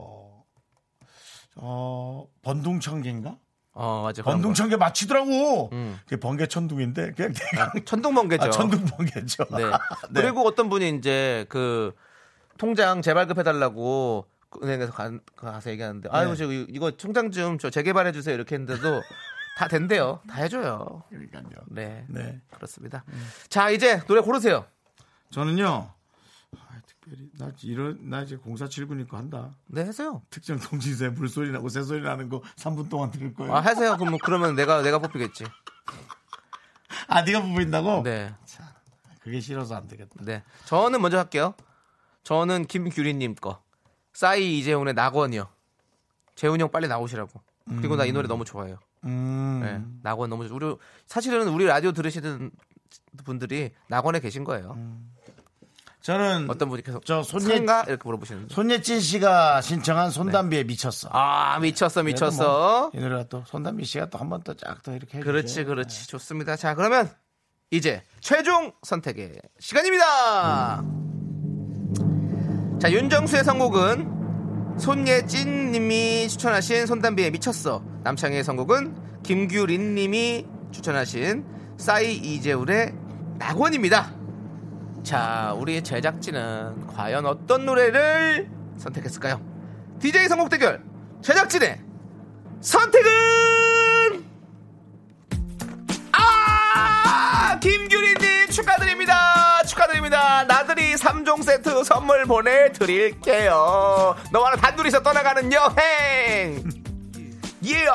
S1: 어, 번둥청개인가?
S2: 어 맞아. 그런 거.
S1: 번둥청개 맞히더라고.
S2: 음.
S1: 그게 번개천둥인데 그냥 그냥
S2: 천둥번개죠.
S1: 아, 천둥번개죠.
S2: 네.
S1: 네.
S2: 그리고 어떤 분이 이제 그 통장 재발급해달라고 은행에서 가, 가서 얘기하는데 아유
S1: 네.
S2: 저 이거 통장 좀 저 재개발해 주세요 이렇게 했는데도 다 된대요. 다 해줘요.
S1: 그러니까요.
S2: 네.
S1: 네.
S2: 그렇습니다. 자, 이제 노래 고르세요.
S1: 저는요. 아, 특별히 나 이런 나 이제 0479니까 한다.
S2: 네, 하세요.
S1: 특정 통신사에 물소리 나고 새소리 나는 거 3분 동안 들을 거예요.
S2: 아, 하세요. 그럼 그러면 내가 내가 뽑히겠지.
S1: 아, 네가 부부인다고?
S2: 네.
S1: 그게 싫어서 안 되겠다.
S2: 네. 저는 먼저 할게요. 저는 김규리 님 거. 싸이 이재훈의 낙원이요. 재훈이 형 빨리 나오시라고. 그리고 나 이 노래 너무 좋아해요.
S1: 음.
S2: 네, 낙원 너무 좋. 우리 사실은 우리 라디오 들으시는 분들이 낙원에 계신 거예요.
S1: 저는
S2: 어떤 분이 계속
S1: 저 손예-
S2: 가 이렇게 물어보시는데.
S1: 손예진 씨가 신청한 손담비에 미쳤어. 네,
S2: 아, 미쳤어. 미쳤어.
S1: 이 노래가 또 손담비 씨가 또 한 번 더 쫙 더 이렇게 해주죠. 네.
S2: 그렇지, 그렇지. 좋습니다. 자, 그러면 이제 최종 선택의 시간입니다. 자, 윤정수의 선곡은 손예진님이 추천하신 손담비의 미쳤어. 남창희의 선곡은 김규린님이 추천하신 싸이 이재울의 낙원입니다. 자, 우리 제작진은 과연 어떤 노래를 선택했을까요? DJ 선곡 대결 제작진의 선택은 아! 김규리님 축하드립니다. 축하드립니다. 나들이 3종 세트 선물 보내드릴게요. 너와 나 단둘이서 떠나가는 여행. 예.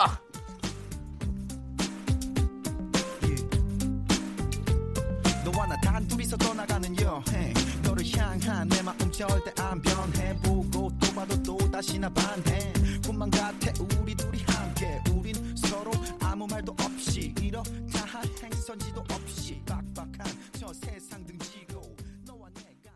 S8: 둘이서 떠나가는 여행 너를 향한 내 마음 절대 안 변해 보고 또 봐도 또 다시나 반해 꿈만 같아 우리 둘이 함께 우린 서로 아무 말도 없이 이렇다 할 행선지도 없이 빡빡한 저 세상 등지고 너와 내가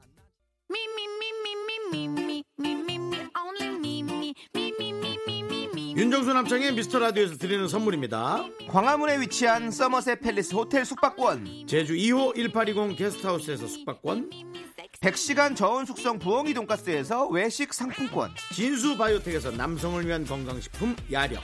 S7: Me, me, me, me, me, me, me, me, me, me, only me, me, me, me, me, me, me, me.
S1: 윤정수 남창의 미스터 라디오에서 드리는 선물입니다.
S2: 광화문에 위치한 서머셋 팰리스 호텔 숙박권
S1: 제주 2호 1820 게스트하우스에서 숙박권,
S2: 100시간 저온 숙성 부엉이 돈가스에서 외식 상품권
S1: 진수 바이오텍에서 남성을 위한 건강식품 야력,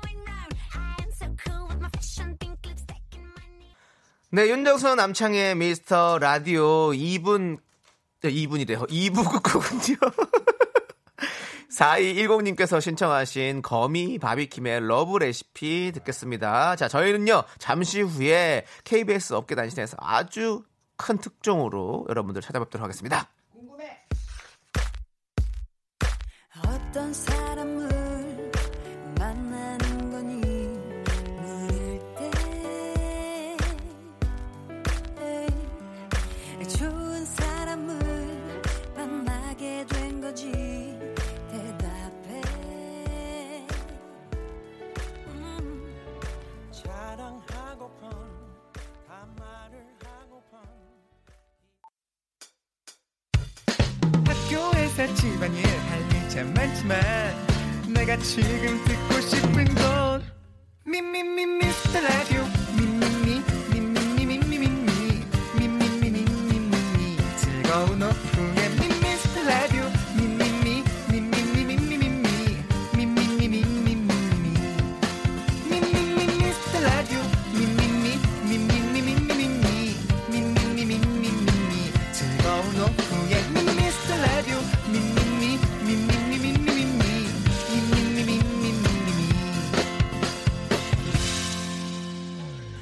S7: Going round, I am so cool with my fashion pink lipstick and my name.
S2: 네, 윤정수 남창의 미스터 라디오 2분, 네, 2분이래요. 2부 끝곡은요. 4210님께서 신청하신 거미 바비킴의 러브 레시피 듣겠습니다. 자, 저희는요, 잠시 후에 KBS 업계 단신에서 아주 큰 특종으로 여러분들 찾아뵙도록 하겠습니다.
S3: 어떤 사람을 만나는 거니 물을 때 좋은 사람을 만나게 된 거지 대답해 음.
S5: 자랑하고픈 다 말을 하고픈
S9: 학교에서 집안일 할 일 참 많지만 내가 지금 듣고 싶은 건 미미미 미스터 라디오 미미미 미미미 미미미 미미미 미미미 미미미 즐거운 오후에 미미스터 라디오 미미미 미미미 미미미 미미미 미미미 미미미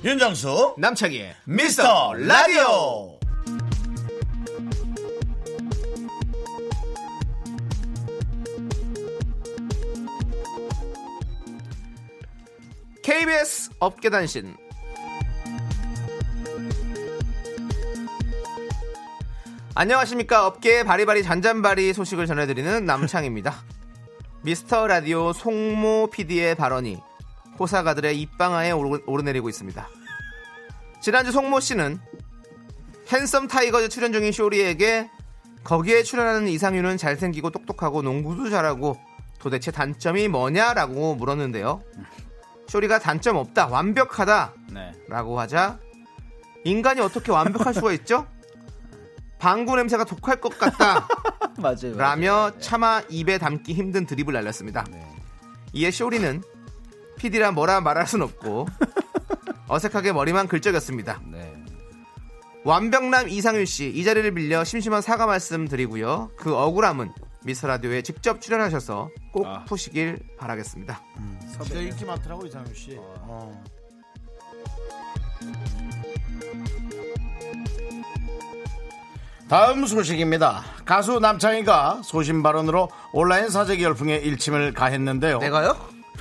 S1: 윤정수
S2: 남창희의
S1: 미스터 라디오.
S2: KBS 업계 단신. 안녕하십니까 업계의 바리바리 잔잔바리 소식을 전해드리는 남창입니다. 미스터 라디오 송모 PD의 발언이 호사가들의 입방아에 오르- 오르내리고 있습니다. 지난주 송모 씨는 핸섬 타이거즈 출연 중인 쇼리에게 거기에 출연하는 이상윤은 잘생기고 똑똑하고 농구도 잘하고 도대체 단점이 뭐냐라고 물었는데요. 쇼리가 단점 없다, 완벽하다
S1: 네.
S2: 라고 하자 인간이 어떻게 완벽할 수가 있죠? 방구 냄새가 독할 것 같다
S10: 맞아요.
S2: 라며 차마 입에 담기 힘든 드립을 날렸습니다. 이에 쇼리는 PD라 뭐라 말할 순 없고 어색하게 머리만 긁적였습니다.
S10: 네.
S2: 완벽남 이상윤 씨 이 자리를 빌려 심심한 사과 말씀 드리고요. 그 억울함은 미스 라디오에 직접 출연하셔서 꼭 푸시길 바라겠습니다.
S1: 진짜 인기 많더라고 이상윤 씨. 네. 어. 다음 소식입니다. 가수 남창희가 소신 발언으로 온라인 사재기 열풍에 일침을 가했는데요.
S2: 내가요?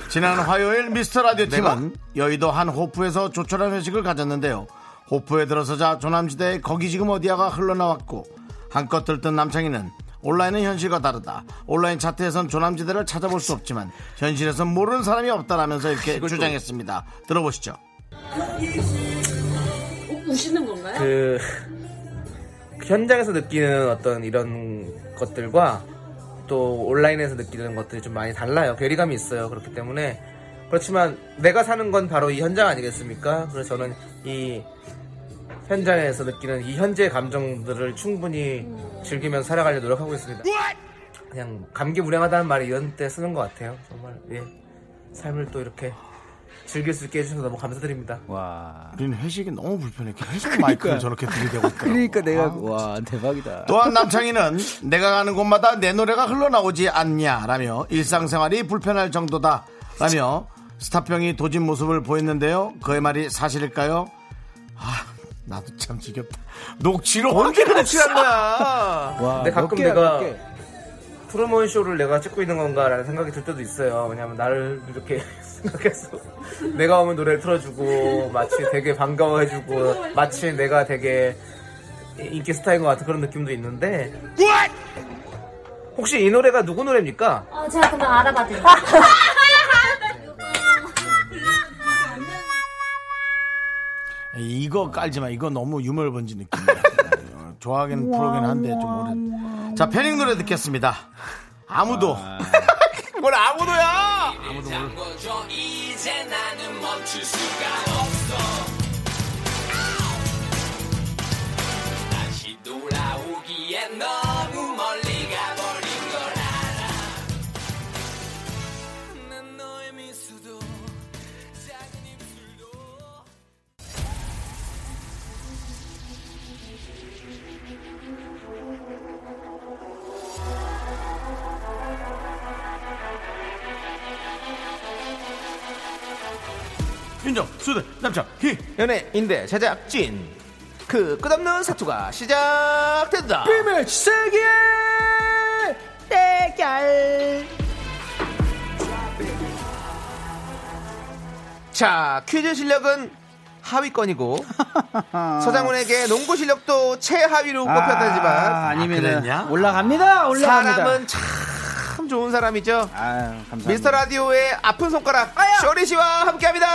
S1: 지난 화요일 미스터 라디오 팀은 여의도 한 호프에서 조촐한 회식을 가졌는데요. 호프에 들어서자 조남지대의 거기 지금 어디야가 흘러나왔고 한껏 들뜬 남창희는 온라인은 현실과 다르다. 온라인 차트에선 조남지대를 찾아볼 수 없지만 현실에선 모르는 사람이 없다라면서 이렇게 주장했습니다. 들어보시죠.
S2: 그 현장에서 느끼는 어떤 이런 것들과 또 온라인에서 느끼는 것들이 좀 많이 달라요. 괴리감이 있어요. 그렇기 때문에 그렇지만 내가 사는 건 바로 이 현장 아니겠습니까? 그래서 저는 이 현장에서 느끼는 이 현재의 감정들을 충분히 즐기면서 살아가려 노력하고 있습니다. 그냥 감기무량하다는 말이 이런 때 쓰는 것 같아요. 정말 예. 삶을 또 이렇게 즐길 수 있게 해주셔서 너무 감사드립니다.
S10: 와.
S1: 우리는 회식이 너무 불편해. 계속 마이크를 저렇게 들이대고 있더라고.
S10: 그러니까 내가 와 대박이다.
S1: 또한 남창희는 내가 가는 곳마다 내 노래가 흘러나오지 않냐라며 일상생활이 불편할 정도다. 라며 스타병이 도진 모습을 보였는데요. 그의 말이 사실일까요? 아, 나도 참 지겹다. 녹취로
S2: 언제
S1: 확인했어.
S2: 녹취한 거야?
S1: 와,
S2: 근데
S1: 몇
S2: 가끔
S1: 개야, 몇
S2: 내가
S1: 개?
S2: 프로모션 쇼를 내가 찍고 있는 건가라는 생각이 들 때도 있어요. 왜냐면 나를 이렇게 생각해서 내가 오면 노래를 틀어주고 마치 되게 반가워해주고 마치 내가 되게 인기 스타인 것 같은 그런 느낌도 있는데 혹시 이 노래가 누구 노래입니까?
S11: 어, 제가 금방 알아봐 드릴게요.
S1: 이거 깔지 마. 이거 너무 유물 번지 느낌이야. 어, 좋아하긴 프로긴 한데 좀 오래. 자, 패닉 노래 듣겠습니다. 아무도.
S2: 뭘 아무도야!
S1: 아무도
S12: 잠궈줘 이제 나는 멈출 수가 없어 다시 돌아오기에 너무 멀리 가버린 걸 알아 난 너의 미소도 작은 입술도
S2: 윤정, 수대, 남자, 희, 연애, 인대, 제작진. 그 끝없는 사투가 시작된다.
S9: 비밀 세계 대결
S2: 자, 퀴즈 실력은 하위권이고 서장훈에게 농구 실력도 최하위로 꼽혔다지만
S10: 아니면 아, 올라갑니다. 올라갑니다.
S2: 사람은 참 좋은 사람이죠.
S10: 감사합니다.
S2: 미스터 라디오의 아픈 손가락 쇼리 씨와 함께합니다.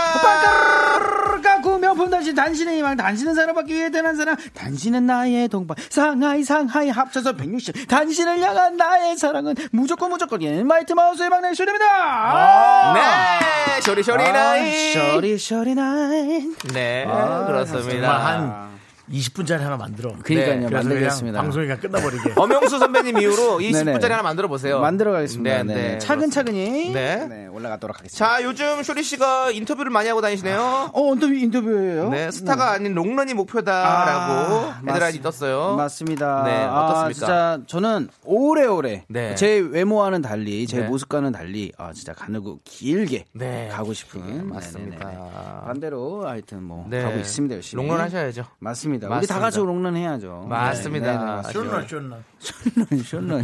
S10: 가구 명품 단신 단신의 희망 단신은 살아받기 위해 대한 사람 단신은 나의 동반 상하이 상하이 합쳐서 160 단신을 향한 나의 사랑은 무조건 무조건 예, 엔마이트 마우스의 막내
S1: 아,
S10: 쇼리입니다.
S2: 네, 쇼리 쇼리
S10: 아,
S2: 나이.
S10: 쇼리 쇼리 나인.
S2: 네,
S1: 아,
S2: 그렇습니다.
S1: 정말 한 20분짜리 하나 만들어. 네.
S10: 그러니까요,
S1: 그래서 그냥
S10: 만들겠습니다.
S1: 방송이가 끝나버리게.
S2: 엄영수 선배님 이후로
S10: 네네.
S2: 20분짜리 하나 만들어 보세요.
S10: 만들어 가겠습니다.
S2: 네,
S10: 네,
S2: 네.
S10: 차근차근히
S2: 네.
S10: 올라가도록 하겠습니다.
S2: 자, 요즘 쇼리 씨가 인터뷰를 많이 하고 다니시네요.
S10: 어, 인터뷰, 인터뷰예요
S2: 네, 스타가 아닌 롱런이 목표다라고
S10: 아,
S2: 헤드라인이 떴어요.
S10: 맞습니다.
S2: 네,
S10: 아,
S2: 어떻습니까?
S10: 진짜 저는 오래오래
S2: 네.
S10: 제 외모와는 달리 제
S2: 네.
S10: 모습과는 달리 아, 진짜 가늘고 길게
S2: 네. 아,
S10: 가고 싶은 맞습니다. 반대로 하여튼 뭐
S2: 네.
S10: 가고 있습니다 열심히. 네,
S2: 롱런 하셔야죠.
S10: 맞습니다. 우리
S2: 맞습니다.
S10: 다 같이 롱런 해야죠. 네,
S2: 맞습니다.
S1: 쇼런, 쇼런.
S10: 쇼런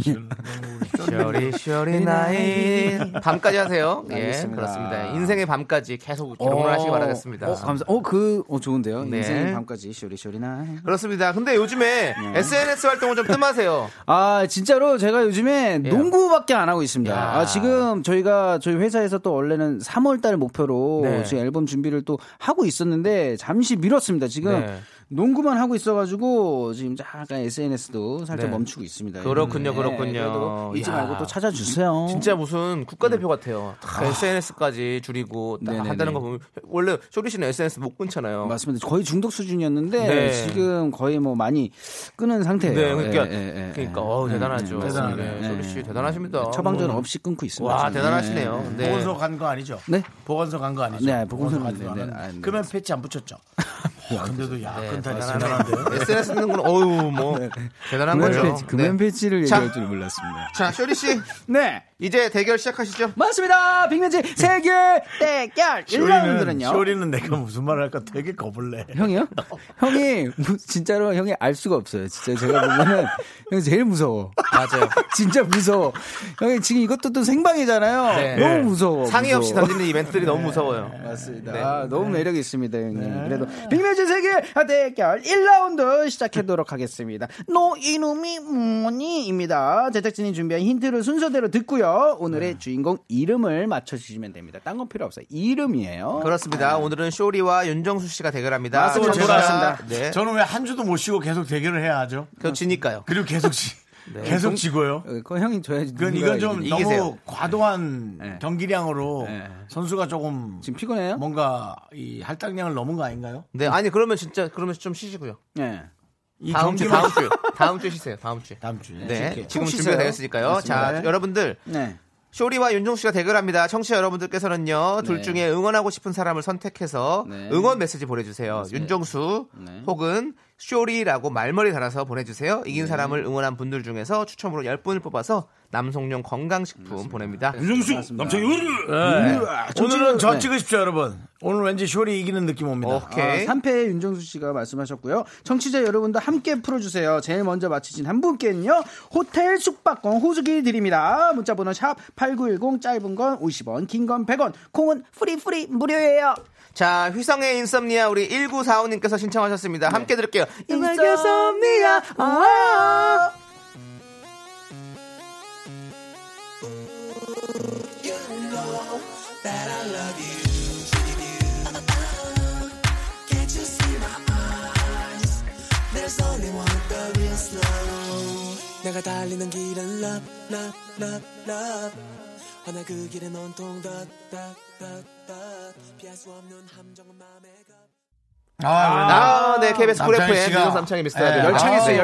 S10: 쇼런.
S2: 쇼리
S10: 네,
S2: 쇼리 나이 밤까지 하세요. 예,
S10: 알겠습니다.
S2: 그렇습니다. 인생의 밤까지 계속 롱런 하시기 바라겠습니다.
S10: 어, 감사. 어, 그, 어, 좋은데요.
S2: 네.
S10: 인생의 밤까지 쇼리 쇼리나.
S2: 그렇습니다. 근데 요즘에
S10: 네.
S2: SNS 활동을 좀 뜸하세요.
S10: 아 진짜로 제가 요즘에
S2: 예.
S10: 농구밖에 안 하고 있습니다. 아, 지금 저희가 저희 회사에서 또 원래는 3월달 목표로
S2: 네.
S10: 지금 앨범 준비를 또 하고 있었는데 잠시 미뤘습니다. 지금
S2: 네.
S10: 농구만 하고 있어가지고 지금 약간 SNS도 살짝
S2: 네.
S10: 멈추고 있습니다.
S2: 그렇군요,
S10: 네,
S2: 그렇군요.
S10: 그래도 잊지
S2: 야.
S10: 말고 또 찾아주세요.
S2: 진짜 무슨 국가대표 같아요. 다 SNS까지 줄이고 다
S10: 네네네.
S2: 한다는 거 보면 원래 쇼리 씨는 SNS 못 끊잖아요.
S10: 맞습니다. 거의 중독 수준이었는데
S2: 네.
S10: 지금 거의 뭐 많이 끄는 상태예요.
S2: 네, 그러니까
S10: 예, 예, 예,
S2: 그러니까
S10: 예.
S2: 어우,
S10: 네,
S2: 대단하죠.
S10: 네, 맞습니다.
S2: 네,
S10: 네.
S2: 쇼리 씨 대단하십니다.
S10: 처방전
S2: 뭐.
S10: 없이 끊고 있습니다.
S2: 와
S10: 지금. 예,
S2: 대단하시네요. 네.
S1: 보건소 간 거 아니죠?
S10: 네?
S1: 보건소 간 거 아니죠?
S10: 네, 보건소
S1: 간
S10: 갔는데,
S1: 거
S10: 네,
S1: 아니죠?
S10: 아, 네.
S1: 그러면 패치 안 붙였죠. 와, 근데도 야, 근탈이
S2: 대단하네.
S1: 대단한데요?
S2: SNS 쓰는 건 어우 뭐 대단한 거죠. 네.
S10: 금연패치를
S2: 자.
S10: 얘기할 줄 몰랐습니다.
S2: 자, 쇼리 씨.
S10: 네.
S2: 이제 대결 시작하시죠.
S10: 맞습니다. 빅매치 세계 대결 1라운드는요.
S1: 쇼리는 내가 무슨 말을 할까 되게 겁을 내.
S10: 형이요? 형이 무- 진짜로 형이 알 수가 없어요. 진짜 제가 보면은 형 제일 무서워.
S2: 맞아요.
S10: 진짜 무서워. 형이 지금 이것도 또 생방이잖아요.
S2: 네.
S10: 너무 무서워.
S2: 상의 없이
S10: 무서워.
S2: 던지는 이벤트들이 너무 무서워요. 네.
S10: 맞습니다. 아, 너무 매력이 있습니다, 형님. 그래도 빅매치 세계 대결 1라운드 시작하도록 하겠습니다. 너 이놈이 뭐니입니다. 제작진이 준비한 힌트를 순서대로 듣고요. 오늘의 주인공 이름을 맞춰주시면 됩니다. 딴 건 필요 없어요. 이름이에요.
S2: 그렇습니다. 오늘은 쇼리와 윤정수 씨가 대결합니다.
S1: 아,
S10: 맞습니다.
S2: 제가-
S10: 돌아왔습니다.
S2: 네.
S1: 저는 왜 한 주도 못 쉬고 계속 대결을 해야 하죠?
S2: 그거 지니까요.
S1: 그리고 계속 지, 계속 지고요.
S10: 네. 그거 형이 줘야지.
S1: 그건
S10: 누군가
S1: 이건 좀
S10: 이기세요.
S1: 너무 과도한 경기량으로
S10: 네.
S1: 선수가 조금
S10: 지금 피곤해요?
S1: 뭔가 이 할당량을 넘은 거 아닌가요?
S2: 네, 아니 그러면 진짜 그러면 좀 쉬시고요.
S10: 네.
S1: 이
S2: 다음 주
S1: 경기만-
S2: 다음 주 다음 주 쉬세요. 다음 주.
S1: 다음 주에
S2: 네.
S1: 쉴게요.
S2: 지금
S10: 푹
S2: 준비가
S10: 쉬세요.
S2: 되었으니까요.
S10: 맞습니다.
S2: 자, 여러분들
S10: 네.
S2: 쇼리와 윤종 씨가 대결합니다. 청취자 여러분들께서는요, 둘
S10: 네.
S2: 중에 응원하고 싶은 사람을 선택해서
S10: 네.
S2: 응원 메시지 보내주세요.
S10: 맞습니다.
S2: 윤종수
S10: 네.
S2: 혹은 쇼리라고 말머리 달아서 보내주세요. 이긴 사람을 응원한 분들 중에서 추첨으로 10분을 뽑아서 남성용 건강식품 보냅니다.
S1: 윤정수, 남창희
S2: 네.
S1: 아, 오늘은 저
S10: 네.
S1: 찍으십시오, 여러분. 오늘 왠지 쇼리 이기는 느낌 옵니다.
S10: 아, 3패의 윤정수 씨가 말씀하셨고요. 청취자 여러분도 함께 풀어주세요. 제일 먼저 맞히신 한 분께는요. 호텔 숙박권 호수기 드립니다. 문자번호 샵 8910 짧은 건 50원 긴 건 100원 콩은 프리프리 무료예요.
S2: 자, 휘성의 인썸니아 우리 1945님께서 신청하셨습니다. 함께 들을게요.
S10: 인썸니아
S12: that I love you. Can't you see my eyes? There's only one that is love. 내가 달리는 길은 love, love, love, love. 허나 그 길은 온통 dot, dot, dot, dot. 피할 수 없는 함정은 마음에 가.
S1: 아,
S2: 아, 네, KBS 쿨
S1: 남창희
S2: FM,
S1: 씨가-
S2: 윤정수 남창희 미스터 라디오.
S1: 아,
S2: 열창했어요,
S1: 아,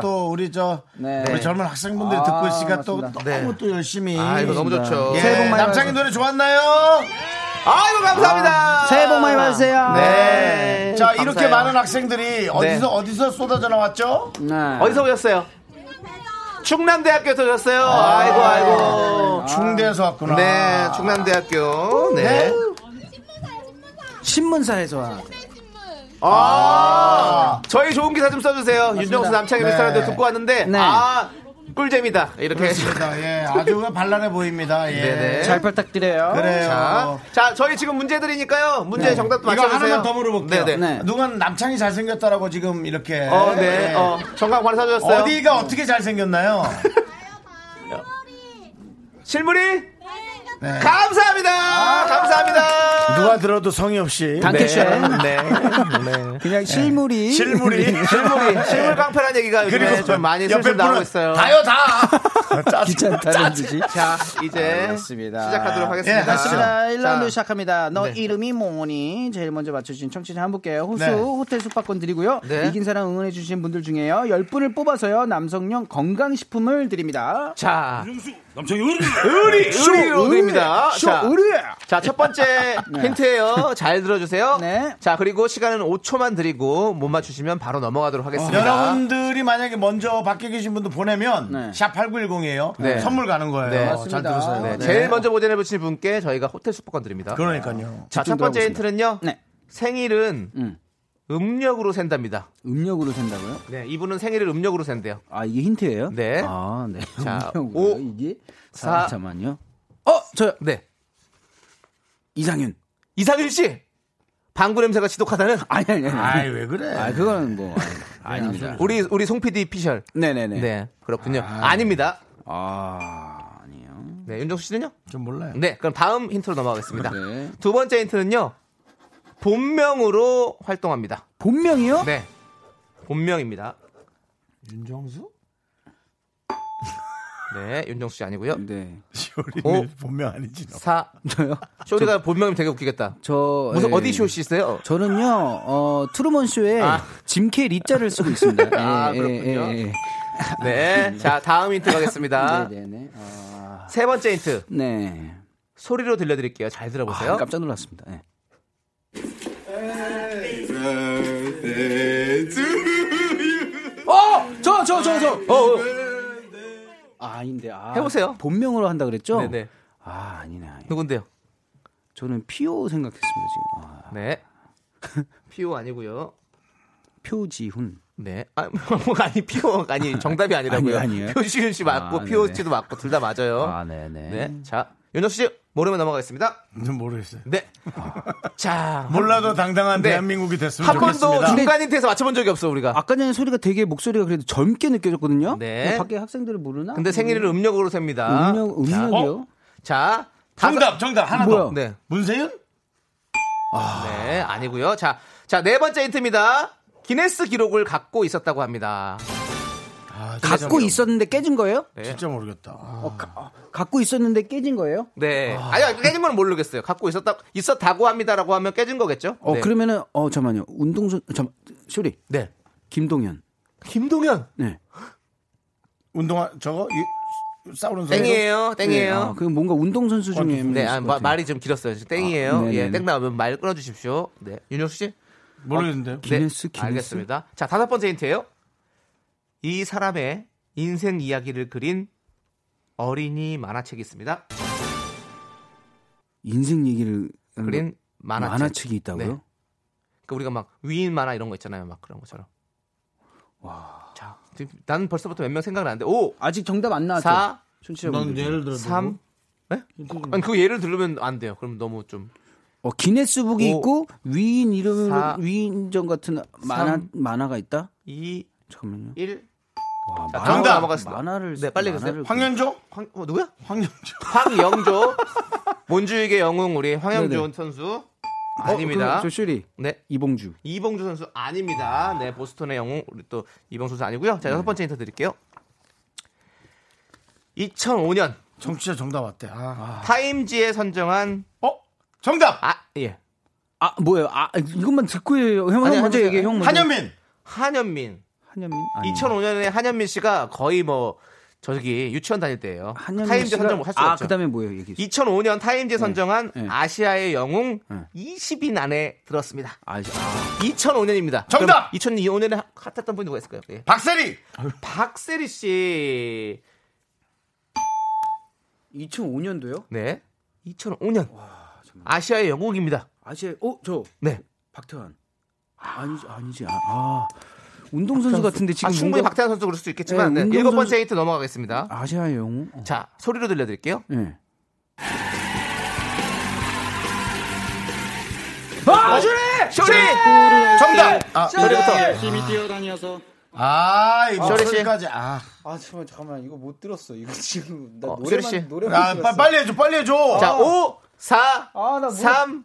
S1: 밖에서 또 우리 저 우리 젊은 학생분들이
S2: 네. 아,
S1: 듣고 있으니까 또
S2: 맞습니다.
S1: 너무
S2: 네.
S1: 또 열심히.
S2: 아, 이거 너무 좋죠.
S1: 예,
S2: 새해 복 많이
S1: 남창희
S2: 받으세요.
S1: 노래 좋았나요?
S2: 아이고 감사합니다.
S10: 새해 복 많이 받으세요.
S2: 네.
S1: 자 이렇게
S2: 감사해요.
S1: 많은 학생들이 어디서
S2: 네.
S1: 어디서 쏟아져 나왔죠?
S2: 어디서 오셨어요? 충남대학교에서 오셨어요. 아이고 아이고.
S1: 중대에서 왔구나.
S2: 네, 충남대학교. 네.
S10: 신문사에서 와. 어.
S2: 아, 저희 좋은 기사 좀 써주세요. 윤정수 남창희
S1: 네.
S2: 미스터라디오 듣고 왔는데 아 꿀잼이다 이렇게.
S1: 그렇습니다. 예, 아주 발랄해 보입니다. 예.
S2: 네네. 잘
S10: 부탁드려요.
S1: 그래요.
S2: 자, 자, 저희 지금 문제 드리니까요. 문제
S1: 네.
S2: 정답도
S1: 이거
S2: 맞춰주세요.
S1: 하나만 더 물어볼게요.
S2: 네네.
S1: 누가 남창이 잘생겼다라고 지금 이렇게. 예.
S2: 어, 네. 어, 정답 관사 주셨어요.
S1: 어디가 어떻게 잘생겼나요?
S7: 네.
S2: 실물이?
S1: 네.
S2: 감사합니다. 감사합니다.
S1: 누가 들어도 성의 없이.
S2: 단케션. 네.
S10: 그냥 실물이
S1: 실물이.
S2: 뭐 실물이 실물 깡패란 얘기가 요즘에
S1: 그리고
S2: 네, 좀 많이
S1: 옆에
S2: 슬슬 나오고
S1: 분은
S2: 있어요.
S1: 다요, 다!
S10: 귀찮다는 듯이.
S2: 자, 이제
S10: 알겠습니다.
S1: 네,
S2: 시작하도록 네, 하겠습니다.
S10: 예, 맞습니다.
S2: 자,
S10: 1라운드 시작합니다. 너
S2: 네.
S10: 이름이 뭐니? 제일 먼저 맞춰주신 청취자 한 분께 호수
S2: 네.
S10: 호텔 숙박권 드리고요.
S2: 네.
S10: 이긴 사람 응원해주신 분들 중에요. 10분을 뽑아서요. 남성용 건강식품을 드립니다.
S2: 자.
S13: 남창희
S2: 의리 의리로 드립니다.
S10: 쇼 의리!
S2: 자, 첫 번째
S10: 네.
S2: 힌트예요. 잘 들어주세요. 자, 그리고 시간은 5초만 드리고 못 맞추시면 바로 넘어가도록 하겠습니다.
S1: 네. 여러분들이 만약에 먼저 밖에 계신 분들 보내면 샵 8910이에요.
S2: 네.
S1: 선물 가는 거예요.
S2: 네.
S1: 잘 들으세요.
S2: 네, 제일 먼저 보전해 보신 분께 저희가 호텔 숙박권 드립니다.
S1: 그러니까요.
S2: 자, 첫
S1: 집중
S2: 번째
S1: 들어보겠습니다.
S2: 힌트는요. 생일은
S10: 네. 음.
S2: 력으로 샌답니다.
S10: 음력으로 샌다고요?
S2: 네, 이분은 생일을 음력으로 샌대요.
S10: 아, 이게 힌트예요?
S2: 네.
S10: 아, 네.
S2: 자,
S10: 음력으로요? 이게?
S2: 사-
S10: 잠깐만요. 어, 저요.
S2: 네.
S10: 이상윤.
S2: 이상윤 씨. 방구 냄새가 지독하다는
S10: 아니, 아니, 아니.
S1: 아이, 왜 그래?
S10: 아, 그건 뭐 아니, 아닙니다.
S2: 네. 우리 우리 송 PD 피셜.
S10: 네네네.
S2: 네, 그렇군요. 아, 닙니다
S10: 아, 아니요.
S2: 네, 윤정수 씨는요?
S1: 좀 몰라요.
S2: 네, 그럼 다음 힌트로 넘어가겠습니다.
S10: 네.
S2: 두 번째 힌트는요. 본명으로 활동합니다.
S10: 본명이요?
S2: 네. 본명입니다.
S1: 윤정수?
S2: 네, 윤정수 씨 아니고요.
S10: 네.
S1: 쇼리는 본명 아니지. 너.
S2: 4
S10: 저요?
S2: 쇼리가 본명이면 되게 웃기겠다.
S10: 저
S2: 무슨
S10: 예.
S2: 어디 쇼 씨세요?
S10: 저는요 어, 트루먼 쇼에 짐캐 리자를 쓰고 있습니다. 예,
S2: 아,
S10: 예,
S2: 그렇군요.
S10: 예, 예.
S2: 네. 자, 다음 힌트 가겠습니다.
S10: 네, 네, 네. 아,
S2: 세 번째 힌트.
S10: 네.
S2: 소리로 들려드릴게요. 잘 들어보세요.
S10: 아, 깜짝 놀랐습니다. 예. 어, 저, 저, 저, 저.
S2: 어, 어.
S10: 아, 아닌데. 아,
S2: 해보세요.
S10: 본명으로 한다 그랬죠?
S2: 네네.
S10: 아, 아니네. 아니네.
S2: 누군데요?
S10: 저는 피오 생각했습니다 지금. 아,
S2: 네. 피오 아니고요.
S10: 표지훈.
S2: 네. 아, 뭐, 아니, 피오, 아니, 정답이 아니라고요.
S10: 아니요, 아니에요.
S2: 표지윤 씨 맞고,
S10: 아,
S2: 피오
S10: 네네.
S2: 씨도 맞고, 둘 다 맞아요.
S10: 아, 네, 네.
S2: 네. 자, 윤혁 씨, 모르면 넘어가겠습니다.
S1: 좀 모르겠어요.
S2: 네. 자.
S1: 몰라도 당당한
S2: 네.
S1: 대한민국이 됐으면
S2: 한 번도
S1: 좋겠습니다. 네.
S2: 중간 힌트에서 맞춰본 적이 없어, 우리가.
S10: 아까 전에 소리가 되게 목소리가 그래도 젊게 느껴졌거든요.
S2: 네.
S10: 근데 밖에 학생들을 모르나?
S2: 근데 생일을 음력으로 셉니다. 어?
S10: 음력 음력이요?
S2: 자. 다섯-
S1: 정답, 정답 하나
S10: 뭐야?
S1: 더.
S2: 네.
S1: 문세윤?
S2: 네, 아니고요. 자, 자, 네 번째 힌트입니다. 기네스 기록을 갖고 있었다고 합니다.
S1: 아, 진짜
S10: 갖고
S1: 모르겠다.
S10: 있었는데 깨진 거예요?
S2: 네.
S1: 진짜 모르겠다. 아,
S10: 어, 가- 어, 갖고 있었는데 깨진 거예요?
S2: 네. 아니, 깨진 건 모르겠어요. 갖고 있었다, 있었다고 합니다라고 하면 깨진 거겠죠?
S10: 어
S2: 네.
S10: 그러면은 어 잠만요. 운동선 잠 쇼리
S2: 네.
S10: 김동현.
S2: 김동현.
S10: 네.
S1: 운동화 저거 이- 싸우는 소리.
S2: 땡이에요,
S10: 네, 아,
S2: 땡이에요.
S10: 그 뭔가 운동선수 중에
S2: 네,
S10: 있을
S2: 아,
S10: 것
S2: 마-
S10: 같아요.
S2: 말이 좀 길었어요. 땡이에요.
S10: 아, 네네네.
S2: 예, 땡 나오면 말 끊어주십시오. 네. 윤혁수 씨?
S1: 모르겠는데요.
S2: 기네스, 기네스. 알겠습니다. 자, 다섯 번째 힌트예요. 이 사람의 인생 이야기를 그린 어린이 만화책이 있습니다.
S11: 인생 얘기를
S2: 그린 만화책.
S11: 뭐, 만화책이 있다고요?
S2: 네. 그러니까 우리가 막 위인 만화 이런 거 있잖아요. 막 그런 것처럼. 와. 자, 지금 난 벌써부터 몇 명 생각나는데. 오.
S10: 아직 정답 안 나왔죠?
S2: 4.
S10: 청취자분들. 난 예를 들어도.
S2: 3. 네?
S11: 음.
S2: 아니 그 예를 들으면 안 돼요. 그럼 너무 좀
S11: 어, 기네스북이
S2: 오,
S11: 있고 위인 이름
S2: 사,
S11: 위인전 같은 만화
S2: 삼,
S11: 만화가 있다?
S2: 2
S11: 잠깐만요.
S2: 1.
S11: 와,
S2: 자,
S11: 만화가-
S2: 정답 넘어갔습니다.
S11: 만화를
S2: 네, 빨리
S11: 만화를
S2: 가세요.
S11: 그- 황현조?
S2: 황 어, 누구야? 황영조. 황영조. 몬주익의 영웅 우리 황영조
S11: 네네.
S2: 선수
S11: 어,
S2: 아닙니다.
S11: 그럼 조슈리.
S2: 네.
S11: 이봉주.
S2: 이봉주 선수 아닙니다. 네, 보스턴의 영웅 우리 또 이봉주 선수 아니고요.
S11: 네.
S2: 자, 여섯 번째 힌트 드릴게요. 2005년
S1: 정치자 정답 왔대. 아.
S2: 타임지에 선정한
S1: 어? 정답.
S2: 아, 예.
S11: 아 뭐예요? 아 이것만 듣고 해요. 형,
S2: 아니,
S11: 형 먼저
S2: 아니,
S11: 얘기해. 형 먼저.
S2: 한현민. 한현민.
S11: 한현민.
S2: 2005년에 한현민 씨가 거의 뭐 저기 유치원 다닐 때예요. 타임즈
S11: 씨가-
S2: 선정 할수
S11: 아
S2: 없죠.
S11: 그다음에 뭐예요? 얘기.
S2: 2005년 타임즈 선정한
S11: 네.
S2: 아시아의 영웅 20인 안에 들었습니다.
S11: 아,
S2: 2005년입니다.
S1: 정답!
S2: 2005년에 핫했던 분이 누가 있을까요? 예.
S1: 박세리.
S2: 박세리 씨.
S10: 2005년도요?
S2: 네. 2005년 아시아의 영웅입니다.
S11: 아시아 어저
S2: 네.
S11: 박태환. 아니지 아니지. 아, 아. 운동선수 같은데 지금
S2: 아, 충분히
S11: 뭔가-
S2: 박태환 선수 그럴 수도 있겠지만
S11: 네,
S2: 네,
S11: 운동
S2: 일곱 번째
S11: 선수-
S2: 힌트 넘어가겠습니다.
S11: 아시아의 영웅. 어.
S2: 자 소리로 들려드릴게요.
S11: 네.
S10: 아,
S2: 쇼리!
S1: 정답!
S10: 아,
S1: 노래부터.
S10: 힘이 뛰어다녀서.
S1: 아, 이
S10: 쇼리 씨.
S1: 목소리까지. 아.
S10: 아, 잠깐만, 잠깐만. 이거 못 들었어. 이거 지금 나
S2: 어, 쇼리
S10: 노래만
S2: 씨.
S10: 노래만
S1: 아,
S10: 들었어.
S1: 빠- 빨리 해줘, 빨리 해줘.
S2: 자, 5, 4,
S10: 아, 나
S2: 3,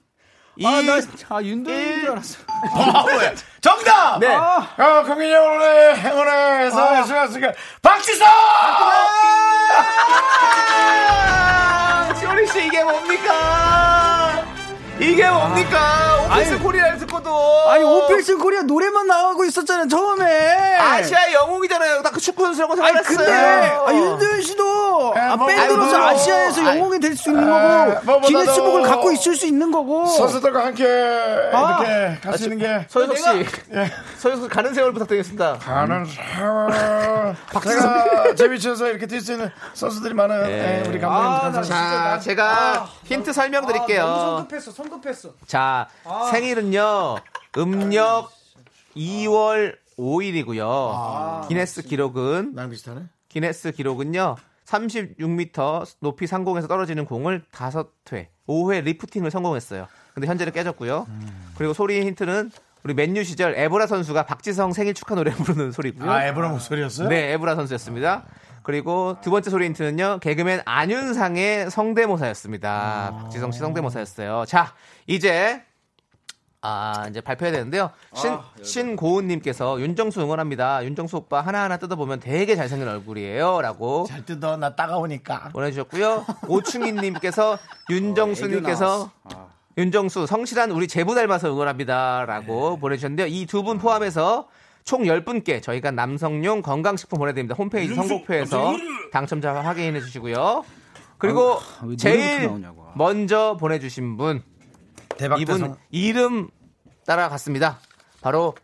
S2: 2,
S10: 아, 나, 아, 윤도현인 줄 알았어.
S1: 뭐야? 정답!
S2: 네.
S1: 어, 국민이 오늘 행운의 해서 해주셨으니까 박지성! 아!
S2: 쇼리 씨 이게 뭡니까? 이게 뭡니까? 오피스 코리아를 듣고도
S10: 아니, 오피스 코리아 노래만 나가고 있었잖아, 처음에.
S2: 아시아의 영웅이잖아요. 딱 그 축구 선수라고
S10: 아니,
S2: 생각했어요.
S10: 근데, 아, 윤도현 씨도,
S1: 아,
S10: 아,
S1: 뭐,
S10: 밴드로서
S1: 아이, 뭐,
S10: 아시아에서
S1: 아이,
S10: 영웅이 될 수 있는
S1: 아,
S10: 거고,
S1: 뭐보다도
S10: 기네스북을 갖고 있을 수 있는 거고.
S1: 선수들과 함께
S10: 아.
S1: 이렇게 갈 수 있는 게
S2: 서유석 씨, 예. 서유석 씨 가는 세월 부탁드리겠습니다. 음.
S1: 가는 세월 제가 제 위치에서 이렇게 뛸 수 있는 선수들이 많은 예, 우리 감독님
S10: 아, 나
S1: 감사합니다. 아,
S2: 자, 제가 힌트 설명드릴게요.
S10: 성급했어, 성급했어.
S2: 자,
S1: 아.
S2: 생일은요, 음력 2월 5일이고요.
S1: 아,
S2: 기네스 기록은
S1: 랑 비슷하네.
S2: 기네스 기록은요. 36m 높이 상공에서 떨어지는 공을 5회, 5회 리프팅을 성공했어요. 근데 현재는 깨졌고요. 그리고 소리 힌트는 우리 맨유 시절 에브라 선수가 박지성 생일 축하 노래 부르는 소리고요.
S1: 아 에브라 목소리였어요?
S2: 네, 에브라 선수였습니다. 그리고 두 번째 소리 힌트는요. 개그맨 안윤상의 성대모사였습니다.
S1: 아.
S2: 박지성 씨 성대모사였어요. 자, 이제 아, 이제 발표해야 되는데요. 신,
S1: 아, 네,
S2: 신고은님께서 윤정수 응원합니다. 윤정수 오빠 하나하나 뜯어보면 되게 잘생긴 얼굴이에요. 라고
S1: 잘 뜯어 나 따가우니까.
S2: 보내주셨고요.
S11: 어,
S2: 오충희님께서 윤정수님께서
S11: 아.
S2: 윤정수 성실한 우리 제부 닮아서 응원합니다. 라고
S11: 네.
S2: 보내주셨는데요. 이 두 분 포함해서 총 10분께 저희가 남성용 건강식품 보내드립니다. 홈페이지
S11: 아,
S2: 선곡표에서 당첨자 확인해 주시고요. 그리고
S11: 아, 왜 노래부터
S2: 제일
S11: 나오냐고.
S2: 먼저 보내주신 분
S1: 대박
S2: 이분
S1: 대성.
S2: 이름 따라갔습니다. 바로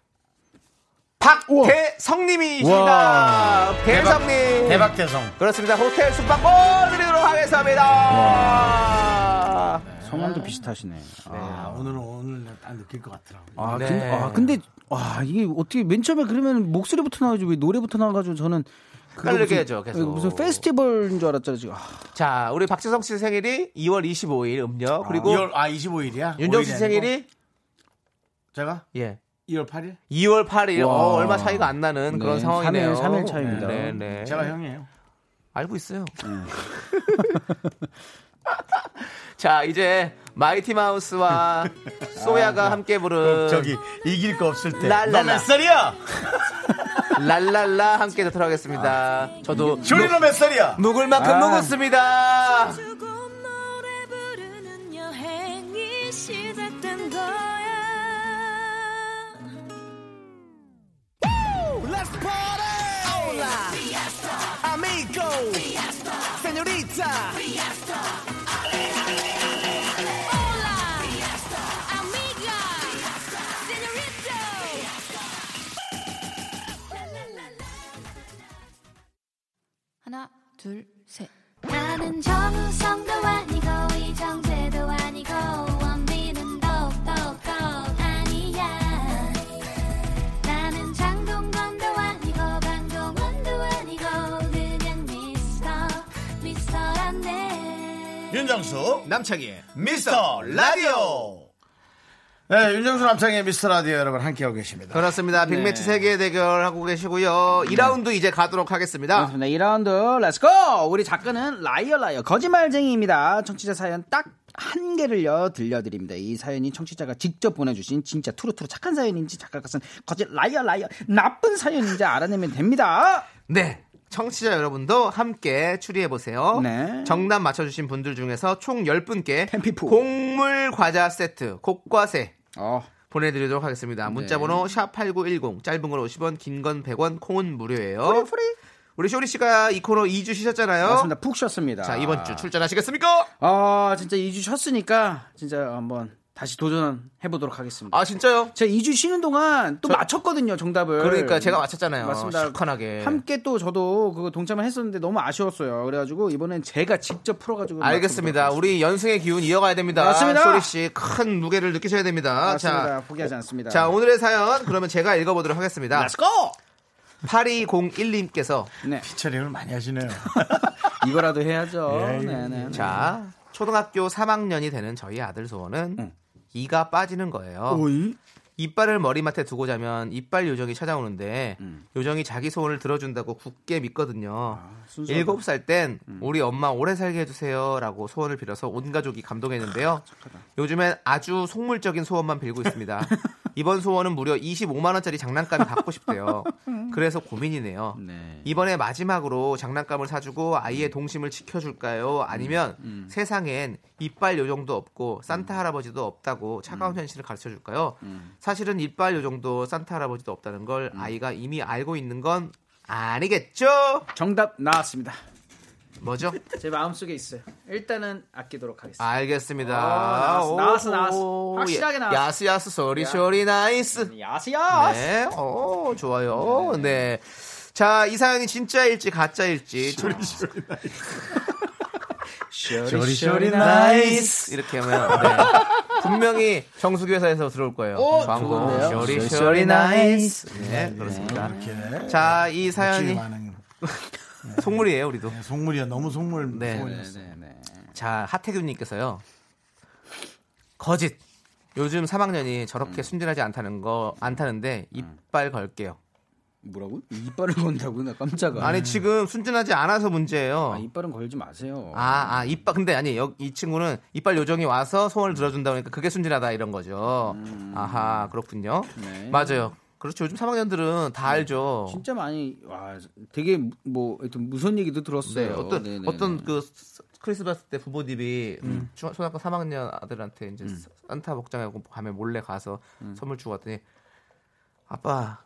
S2: 박대성님이십니다. 대성님.
S1: 대박 대성.
S2: 그렇습니다. 호텔 숙박권 드리도록 하겠습니다.
S11: 성함도 비슷하시네.
S1: 아, 오늘은 오늘 내가 딱 느낄 것 같더라고.
S11: 아,
S2: 네.
S11: 근데, 아, 근데, 와, 이게 어떻게, 맨 처음에 그러면 목소리부터 나오지, 왜 노래부터 나와가지고 저는. 그거
S2: 헷갈리게
S11: 무슨- 어,
S2: 해줘, 계속.
S11: 무슨 페스티벌인 줄 알았잖아, 지금. 아,
S2: 자, 우리 박지성 씨 생일이 2월 25일 음력 그리고
S1: 2월 아 25일이야?
S2: 윤정 씨 생일이
S1: 제가
S2: 예
S1: 2월 8일?
S2: 2월 8일.
S11: 와.
S2: 어, 얼마 차이가 안 나는 그런
S11: 네,
S2: 상황이네요.
S11: 3일, 3일 차이입니다. 음,
S2: 네, 네.
S1: 제가 형이에요.
S2: 알고 있어요. 자, 이제 마이티 마우스와
S11: 아, 네.
S2: 소야가 함께
S11: 어,
S2: 부른
S1: 저기 이길 거 없을 때.
S2: 어. 랄랄라.
S1: 너몇 살이야?
S2: 랄랄라 함께 듣도록 하겠습니다.
S11: 아.
S2: 저도
S1: 조리 너몇 살이야?
S2: 묵을 만큼 묵었습니다.
S3: 주고 노래 부르는 여행이 시작된 거야
S7: Hola, amiga, señorita.
S4: 하나, 둘, 셋.
S14: 나는 정우성도 아니고 이정재도 아니고 원빈은 더욱더 아니야 나는 장동건도 아니고 강동원도 아니고 그냥 미스터 미스터란데
S1: 윤정수
S2: 남창희의 미스터 라디오
S1: 네, 윤정수 남창의 미스터 라디오 여러분 함께하고 계십니다.
S2: 그렇습니다.
S1: 네.
S2: 빅매치 세계 대결하고 계시고요. 2라운드 이제 가도록 하겠습니다.
S10: 네. 그렇습니다. 2라운드 렛츠고! 우리 작가는 라이어 라이어 거짓말쟁이입니다. 청취자 사연 딱 한 개를요 들려드립니다. 이 사연이 청취자가 직접 보내주신 진짜 투루투루 착한 사연인지 작가가 쓴 거짓 라이어 라이어 나쁜 사연인지 알아내면 됩니다.
S2: 네. 청취자 여러분도 함께 추리해보세요.
S10: 네.
S2: 정답 맞춰주신 분들 중에서 총 10분께 곡물 과자 세트, 곡과세 보내드리도록 하겠습니다.
S10: 네.
S2: 문자번호 샵8910, 짧은 건 50원, 긴 건 100원, 콩은 무료예요. 우리 쇼리 씨가 이 코너 2주 쉬셨잖아요.
S10: 맞습니다. 푹 쉬었습니다.
S2: 자, 이번 주 출전하시겠습니까?
S10: 아 진짜 2주 쉬었으니까 진짜 한번 다시 도전해 보도록 하겠습니다.
S2: 아 진짜요?
S10: 제가 2주 쉬는 동안 또 맞췄거든요 정답을.
S2: 그러니까 제가 맞췄잖아요.
S10: 맞습니다.
S2: 시원하게.
S10: 함께 또 저도 그거 동참을 했었는데 너무 아쉬웠어요. 그래가지고 이번엔 제가 직접 풀어가지고.
S2: 알겠습니다. 우리 연승의 기운 이어가야 됩니다.
S10: 맞습니다.
S2: 쇼리 씨 큰 무게를 느끼셔야 됩니다.
S10: 맞습니다.
S2: 자,
S10: 포기하지 않습니다.
S2: 자, 오늘의 사연 그러면 제가 읽어보도록 하겠습니다.
S10: Let's go.
S2: 8201님께서
S1: 피처링을 많이 하시네요.
S10: 이거라도 해야죠.
S1: 예,
S2: 네, 네, 네. 자, 초등학교 3학년이 되는 저희 아들 소원은 이가 빠지는 거예요.
S10: 오이?
S2: 이빨을 머리맡에 두고 자면 이빨 요정이 찾아오는데
S10: 음.
S2: 요정이 자기 소원을 들어준다고 굳게 믿거든요.
S10: 아, 순수하다. 음.
S2: 일곱 살 땐 우리 엄마 오래 살게 해주세요라고 소원을 빌어서 온 가족이 감동했는데요.
S10: 아,
S2: 요즘엔 아주 속물적인 소원만 빌고 있습니다. 이번 소원은 무려 25만 원짜리 장난감이 갖고 싶대요. 그래서 고민이네요.
S10: 음.
S2: 이번에 마지막으로 장난감을 사주고 아이의 동심을 지켜줄까요? 아니면
S10: 음,
S2: 세상엔 이빨 요정도 없고 산타 할아버지도 없다고
S10: 음.
S2: 차가운 현실을 가르쳐줄까요? 사실은 이빨 요정도 산타 할아버지도 없다는 걸
S10: 음.
S2: 아이가 이미 알고 있는 건 아니겠죠?
S10: 정답 나왔습니다.
S2: 뭐죠?
S10: 제 마음속에 있어요. 일단은 아끼도록 하겠습니다.
S2: 알겠습니다.
S10: 어, 나왔어, 나왔어, 나왔어.
S2: 오,
S10: 확실하게
S2: 예.
S10: 나왔어.
S2: 야스 야스 소리 소리 나이스.
S10: 아, 야스야.
S2: 네, 어 좋아요. 네. 자, 이 사연이 진짜일지 가짜일지 소리 소리
S1: 쇼리, 쇼리, 나이스.
S2: 이렇게 하면 네. 분명히 정수기 회사에서 들어올 거예요.
S1: 오,
S2: 광고
S1: 좋은데요?
S2: 쇼리
S1: 쇼리,
S2: 쇼리
S1: 쇼리,
S2: 나이스.
S1: 나이스.
S2: 네,
S1: 네,
S2: 그렇습니다.
S1: 이렇게.
S2: 자, 이 사연이
S1: 며칠 많은. 네,
S2: 속물이에요, 우리도.
S1: 속물이야. 너무 속물.
S2: 네.
S1: 속물이었어.
S2: 자, 하태균님께서요. 거짓. 요즘 3학년이 저렇게 순진하지 않다는 거, 않다는데, 이빨 걸게요.
S10: 뭐라고? 이빨을 건다고? 나 깜짝아.
S2: 아니, 지금 순진하지 않아서 문제예요.
S10: 그러니까. 이빨은 걸지 마세요.
S2: 아, 아, 이빨. 근데 아니, 여, 이 친구는 이빨 요정이 와서 소원을 들어준다 보니까 그게 순진하다 이런 거죠. 아하, 그렇군요.
S10: 음. 네. 음.
S2: 맞아요. 그렇죠. 요즘 3학년들은 다 알죠.
S10: 진짜 많이 와 되게 뭐 하여튼 무서운 얘기도 들었어요.
S2: 네, 어떤
S10: 네, 음. 네,
S2: 어떤
S10: 네.
S2: 그 스- 크리스마스 때 부모님이 중- 초등학교 3학년 아들한테 이제
S10: 음.
S2: 산타 복장에 밤에 몰래 가서 선물 주고 왔더니 아빠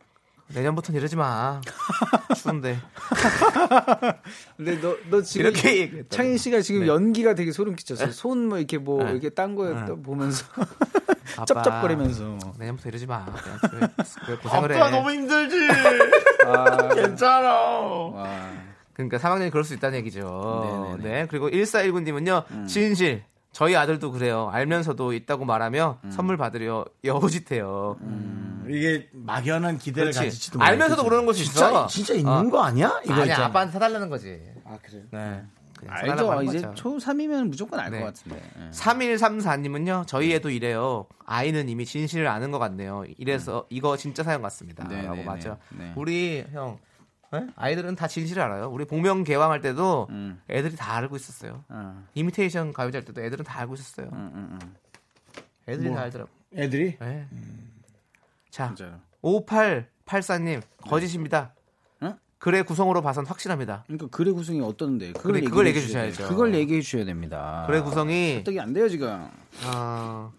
S2: 내년부터는 이러지 마 추운데
S10: 근데 너 너 지금
S2: 이렇게 얘기했다고.
S10: 창희 씨가 지금
S2: 네.
S10: 연기가 되게 소름 끼쳤어요. 손 뭐 이렇게 뭐
S2: 네.
S10: 이렇게 딴 거에 또 보면서
S2: 아빠,
S10: 쩝쩝거리면서
S2: 내년부터 이러지 마 그냥 그래, 왜 고생을 해
S1: 아빠 너무 힘들지. 괜찮아.
S2: 그러니까 3학년이 그럴 수 있다는 얘기죠. 네 그리고 1419님은요,
S10: 음.
S2: 진실. 저희 아들도 그래요. 알면서도 있다고 말하며
S10: 음.
S2: 선물 받으려 여우짓해요.
S1: 이게 막연한 기대를
S2: 그렇지.
S1: 가지지도
S2: 알면서도
S1: 못해.
S2: 그러는 것이
S1: 진짜,
S2: 있어.
S1: 진짜 있는
S2: 어.
S1: 거 아니야? 이거
S2: 아니야,
S1: 있잖아.
S2: 아빠한테 사달라는 거지.
S10: 아 그래요?
S2: 네. 그냥 사달라고
S10: 알죠.
S2: 하는
S10: 이제
S2: 거죠.
S10: 초3이면 무조건 알 것
S2: 네.
S10: 같은데. 예.
S2: 3134님은요, 저희 애도 이래요. 아이는 이미 진실을 아는 것 같네요. 이래서 이거 진짜 사연 같습니다.
S10: 음. 네,
S2: 라고
S10: 네,
S2: 맞죠.
S10: 네, 네.
S2: 우리 형, 에? 아이들은 다 진실을 알아요. 우리 복면 개왕할 때도
S10: 음.
S2: 애들이 다 알고 있었어요. 이미테이션 가요제 할 때도 애들은 다 알고 있었어요.
S10: 음,
S2: 애들이
S1: 뭐,
S2: 다 알더라고.
S1: 애들이?
S2: 네.
S10: 음.
S2: 자,
S10: 네.
S2: 5884님, 거짓입니다. 글의 구성으로 봐선 확실합니다.
S10: 그러니까 글의 구성이 어떤데? 그걸,
S2: 그래, 그걸
S10: 얘기해
S2: 얘기해
S10: 주셔야 돼요.
S2: 주셔야죠.
S10: 그걸 얘기해 주셔야 됩니다.
S2: 글의 구성이
S10: 납득이 안 돼요 지금.
S2: 아.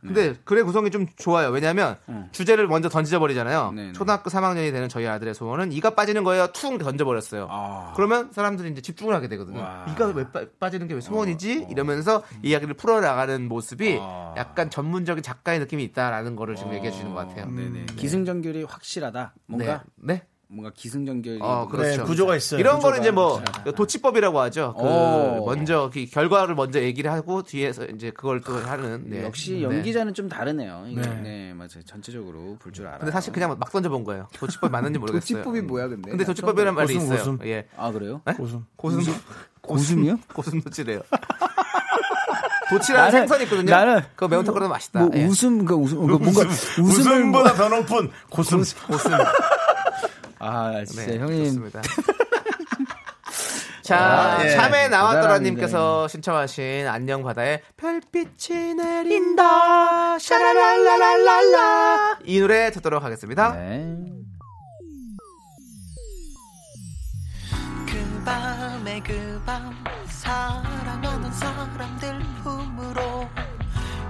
S2: 근데 글의 구성이 좀 좋아요. 왜냐하면 주제를 먼저 던져버리잖아요. 초등학교 3학년이 되는 저희 아들의 소원은 이가 빠지는 거예요. 퉁 던져버렸어요.
S1: 아.
S2: 그러면 사람들이 이제 집중을 하게 되거든요. 이가 왜 빠, 지는 게 왜
S1: 어,
S2: 소원이지? 이러면서 이야기를 풀어나가는 모습이
S1: 아.
S2: 약간 전문적인
S1: 어. 네,
S2: 작가의 느낌이 있다라는 거를 지금 얘기해 주는 것 같아요.
S10: 기승전결이 확실하다. 뭔가
S2: 네. 네.
S11: 뭔가 기승전결
S2: 어, 그렇죠.
S1: 구조가 있어요.
S2: 이런
S1: 구조가
S2: 거는 이제 뭐
S1: 있어요.
S2: 도치법이라고 하죠. 그
S11: 오.
S2: 먼저 그 결과를 먼저 얘기를 하고 뒤에서 이제 그걸 또 하는. 네.
S11: 역시
S2: 네.
S11: 연기자는 좀 다르네요. 이게,
S2: 네.
S11: 네. 맞아요. 전체적으로 볼 줄 알아요.
S2: 근데 사실 그냥 막 던져본 거예요. 도치법 맞는지 모르겠어요.
S11: 도치법이 뭐야, 근데? 아,
S2: 근데 도치법이란 말이
S11: 고슴,
S2: 있어요.
S11: 고슴.
S2: 예.
S11: 아 그래요?
S2: 네?
S11: 고슴.
S2: 고슴
S11: 고슴이요?
S2: 고슴 도치래요. 도치라는 생선이 있거든요.
S11: 나는
S2: 그거 매운탕 끓여도 맛있다.
S11: 뭐
S2: 예.
S11: 웃음 그 웃음 그 뭔가
S2: 웃음.
S11: 웃음을 뭐-
S2: 웃음보다
S1: 더 높은 고슴.
S2: 고슴.
S11: 아 진짜
S2: 네,
S11: 형님.
S2: 좋습니다. 자,
S11: 아, 예.
S2: 참에 나왔더라님께서
S11: 대단합니다.
S2: 신청하신 안녕 바다의
S9: 별빛이 내린다 샤라랄라랄라
S2: 이 노래 듣도록 하겠습니다.
S11: 네.
S9: 그 밤에 그 밤 사랑하는 사람들 품으로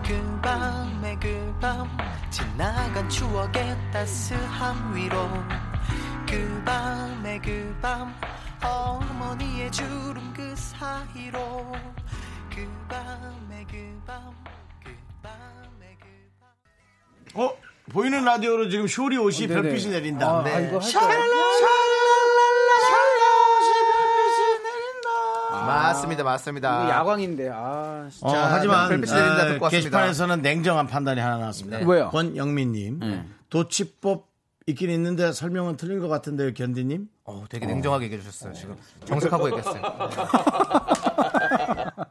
S9: 그 밤에 그 밤 지나간 추억의 따스함 위로 그 밤에 그 밤 어머니의 주름 그 사이로 그 밤에 그밤그 밤에 그
S1: 어? 보이는 라디오로 지금 쇼리 옷이
S11: 어, 네네.
S1: 별빛이 내린다. 어,
S11: 아, 아, 이거 할까요?
S2: 맞습니다, 맞습니다.
S11: 이거 야광인데 아 진짜
S1: 어, 하지만
S2: 별빛이 내린다 듣고
S1: 아,
S2: 왔습니다.
S1: 게시판에서는 냉정한 판단이 하나 나왔습니다.
S11: 네. 왜요?
S1: 권영민님 도치법 있긴 있는데 설명은 틀린 것 같은데요, 견디님?
S2: 어, 되게 냉정하게 얘기해 주셨어요. 지금 정색하고 얘기했어요.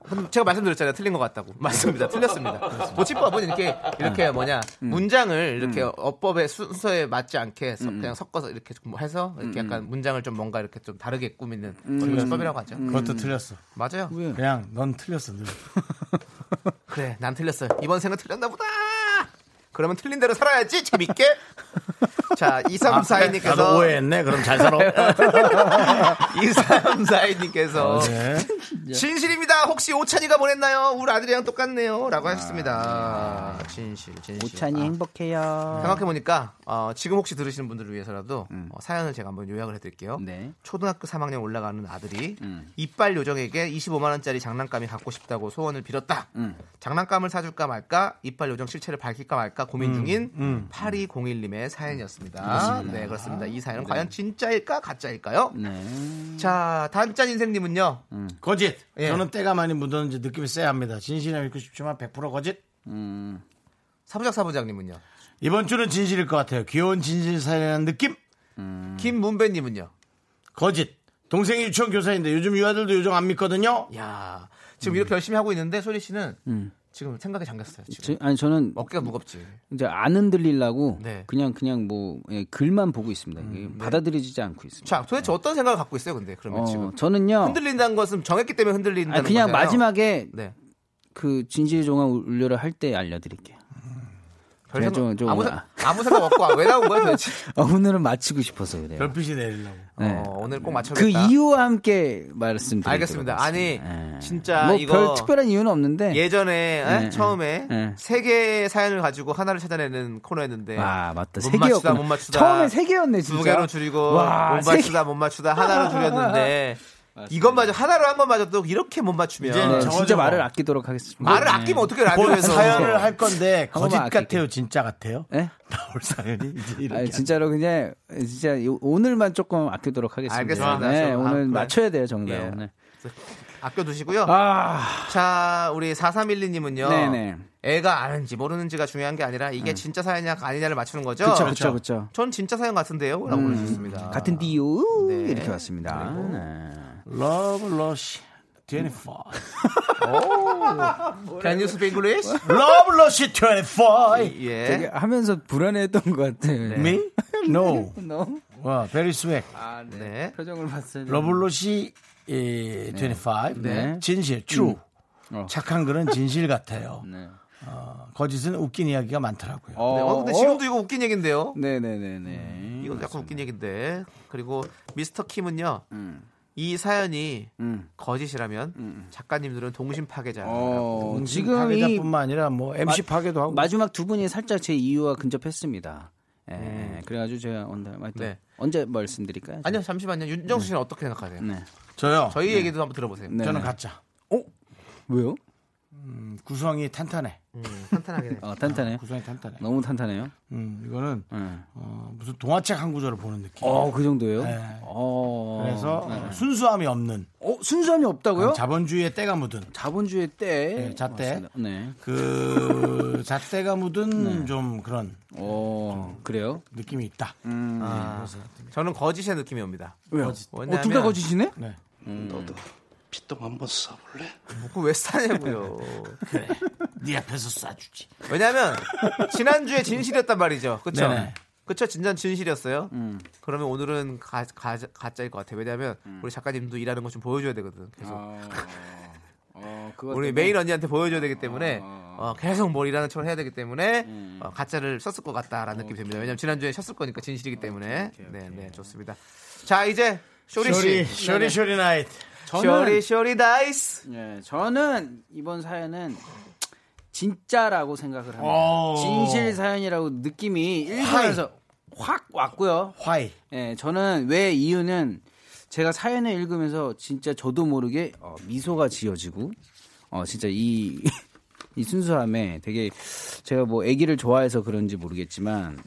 S2: 근데 제가 말씀드렸잖아요. 틀린 것 같다고. 맞습니다. 틀렸습니다. 음. 도치법은 이렇게 이렇게 뭐냐 문장을 이렇게 어법의 순서에 맞지 않게 서- 그냥 섞어서 이렇게 좀뭐 해서 이렇게 약간 문장을 좀 뭔가 이렇게 좀 다르게 꾸미는 그런 도치법이라고 하죠.
S1: 그것도 틀렸어.
S2: 맞아요.
S1: 그냥 넌 틀렸어. 늘.
S2: 그래, 난 틀렸어요. 이번 생은 틀렸나 보다. 그러면 틀린 대로 살아야지 재밌게. 자,
S1: 아, 나도
S2: 2342님께서
S1: 오해했네. 그럼 잘 살아.
S2: 2342님께서
S1: 네.
S2: 진실입니다. 혹시 오찬이가 보냈나요? 우리 아들이랑 똑같네요. 라고 하셨습니다. 진실, 진실.
S10: 오찬이
S2: 아,
S10: 행복해요.
S2: 생각해보니까, 어, 지금 혹시 들으시는 분들을 위해서라도 어, 사연을 제가 한번 요약을 해드릴게요. 초등학교 3학년 올라가는 아들이 이빨 요정에게 25만원짜리 장난감이 갖고 싶다고 소원을 빌었다. 장난감을 사줄까 말까, 이빨 요정 실체를 밝힐까 말까 고민 중인 8201님의 사연이었습니다. 네, 그렇습니다. 이 사연은 과연 진짜일까, 가짜일까요? 자, 단짠 인생님은요.
S1: 거짓.
S2: 예.
S1: 저는 때가 많이 묻었는지 느낌이 쎄합니다. 진실이 믿고 싶지만 100% 거짓.
S2: 사부작 사부장님은요.
S1: 이번 주는 진실일 것 같아요. 귀여운 진실 사연이라는 느낌?
S2: 김문배님은요.
S1: 거짓. 동생이 유치원 교사인데 요즘 유아들도 요정 안 믿거든요.
S2: 야 지금
S11: 음.
S2: 이렇게 열심히 하고 있는데 소리 씨는 지금 생각에 잠겼어요. 지금
S11: 저- 아니 저는
S2: 어깨가 무겁지.
S11: 이제 안 흔들리려고
S2: 네.
S11: 그냥 그냥 뭐 예, 글만 보고 있습니다. 이게 받아들여지지 않고 있습니다.
S2: 자 도대체 어떤 생각을 갖고 있어요, 근데 그러면
S11: 어,
S2: 지금
S11: 저는요
S2: 그렇죠. 흔들린다는 것은 정했기 때문에 흔들린다는
S11: 아, 그냥
S2: 거잖아요.
S11: 마지막에
S2: 네.
S11: 그 진실 종합 울려를 할 때 알려드릴게요.
S2: 음. 별
S11: 그냥 좀-
S2: 생각,
S11: 좀
S2: 아무,
S11: 오늘-
S2: 생- 아무 생각 없고 아, 왜 나온 거야 도대체?
S11: 어, 오늘은 마치고 싶어서 그래요.
S1: 별빛이 내리려고.
S11: 네.
S2: 어, 오늘 꼭
S11: 그
S2: 맞춰야겠다.
S11: 이유와 함께 말씀드리겠습니다.
S2: 알겠습니다. 아니 진짜
S11: 뭐
S2: 이거
S11: 별 특별한 이유는 없는데
S2: 예전에 에?
S11: 네,
S2: 처음에
S11: 네.
S2: 세 개의 사연을 가지고 하나를 찾아내는 코너였는데
S11: 아 맞다
S2: 못
S11: 세 개였구나.
S2: 맞추다 못 맞추다
S11: 처음에 세 개였네 진짜.
S2: 두 개로 줄이고
S11: 와,
S2: 못
S11: 세 개.
S2: 맞추다 못 맞추다 하나로 줄였는데 이것마저 하나로 한 것마저도 이렇게 못 맞추면
S11: 네,
S1: 적어줘.
S11: 진짜 말을 아끼도록 하겠습니다. 그
S2: 말을 아끼면 어떻게
S1: 곧
S2: 라디오에서
S1: 사연을 할 건데
S11: 번만
S1: 거짓
S11: 어, 아낄게요.
S1: 같아요, 진짜 같아요?
S11: 예?
S1: 나올 사연이 이제 이렇게.
S11: 아니, 진짜로 그냥 진짜 요- 오늘만 조금 아끼도록 하겠습니다.
S2: 알겠습니다.
S11: 네,
S2: 좀- 아,
S11: 오늘
S2: 그래.
S11: 맞춰야 돼요 정답.
S2: 예.
S11: 네.
S2: 아껴두시고요.
S11: 아,
S2: 자 우리 4312님은요.
S11: 네네. 음.
S2: 애가 아는지 모르는지가 중요한 게 아니라 이게 진짜 사연이냐 아니냐를 맞추는 거죠.
S11: 그쵸 그쵸 그쵸. 음.
S2: 전 진짜 사연 같은데요라고 보내주셨습니다.
S11: 같은 디오
S2: 네.
S11: 이렇게 왔습니다. 네.
S1: 러브 러시 제니퍼.
S2: Can you speak English?
S1: 러브 러시 25.
S11: 되게
S2: 예.
S11: 하면서 불안해했던 것 같아요.
S1: Me? No.
S11: 너무
S1: 와, very swag.
S2: 네.
S11: 표정을 봤어요.
S1: 러브 러시 예, 25.
S11: 네.
S1: 진실 true.
S11: 음. 어.
S1: 착한 글은 진실 같아요.
S11: 네.
S1: 어, 거짓은 웃긴 이야기가 많더라고요.
S11: 어, 네.
S2: 네, 어, 근데 지금도 이거 웃긴 얘긴데요. 음,
S11: 네네네네.
S2: 이건 약간 웃긴 얘긴데. 그리고 미스터 킴은요.
S11: 음.
S2: 이 사연이
S11: 음.
S2: 거짓이라면 작가님들은 동심 파괴자.
S11: 어,
S1: 음, 지금
S11: 지금 이
S1: 파괴자뿐만 아니라 뭐 MC 파괴도 하고
S11: 마지막 두 분이 살짝 제 이유와 근접했습니다. 예, 그래가지고 제가 언제, 하여튼
S2: 네.
S11: 언제 말씀드릴까요?
S2: 아니요, 잠시만요. 윤정수 씨는 어떻게 생각하세요?
S11: 네.
S1: 저요.
S2: 저희 얘기도 한번 들어보세요.
S11: 네.
S1: 저는 가짜.
S11: 왜요?
S1: 음, 구성이 탄탄해.
S2: 탄탄하긴 해.
S11: 어, 탄탄해요?
S1: 구성이 탄탄해.
S11: 너무 탄탄해요. 네.
S1: 음, 이거는 어, 무슨 동화책 한 구절을 보는 느낌.
S11: 어, 그 정도예요?
S1: 네.
S11: 어.
S1: 그래서
S11: 네.
S1: 순수함이 없는.
S11: 어, 순수함이 없다고요?
S1: 자본주의의 때가 묻은.
S11: 자본주의 때.
S1: 네, 잣대.
S11: 맞습니다. 네.
S1: 그 잣대가 묻은 좀 그런
S11: 어, 그래요?
S1: 느낌이 있다.
S2: 아, 저는 거짓의 느낌이 옵니다.
S11: 왜요?
S2: 거짓.
S11: 어,
S2: 왜냐하면-
S11: 둘 다 거짓이네?
S1: 네.
S11: 너도.
S12: 피똥 한번 쏴볼래?
S2: 뭐왜 싸냐고요.
S1: 네 앞에서 쏴주지.
S2: 왜냐면 지난주에 진실이었단 말이죠. 그렇죠?
S1: 네네.
S2: 그렇죠. 진짜 진실이었어요.
S11: 음.
S2: 그러면 오늘은 가, 가, 가짜일 것 같아. 요 왜냐면 우리 작가님도 일하는 것 좀 보여줘야 되거든. 계속.
S11: 아. 어, 그거 아.
S2: 우리 메인 언니한테 보여줘야 되기 때문에 어, 계속 뭘 일하는 척을 해야 되기 때문에
S11: 음.
S2: 어, 가짜를 썼을 것
S11: 어,
S2: 같다라는 느낌이 듭니다. 왜냐면 지난주에 쳤을 거니까 진실이기 때문에. 네, 네, 좋습니다. 자, 이제 쇼리 씨.
S1: 쇼리, 쇼리, 쇼리 나이트.
S2: 쇼리, 쇼리 다이스.
S11: 네, 저는 이번 사연은 진짜라고 생각을 합니다.
S1: 오.
S11: 진실 사연이라고 느낌이 읽으면서 확 왔고요.
S1: 화이.
S11: 예, 저는 왜 이유는 제가 사연을 읽으면서 진짜 저도 모르게 어, 미소가 지어지고 어 진짜 이, 이 순수함에 되게 제가 뭐 아기를 좋아해서 그런지 모르겠지만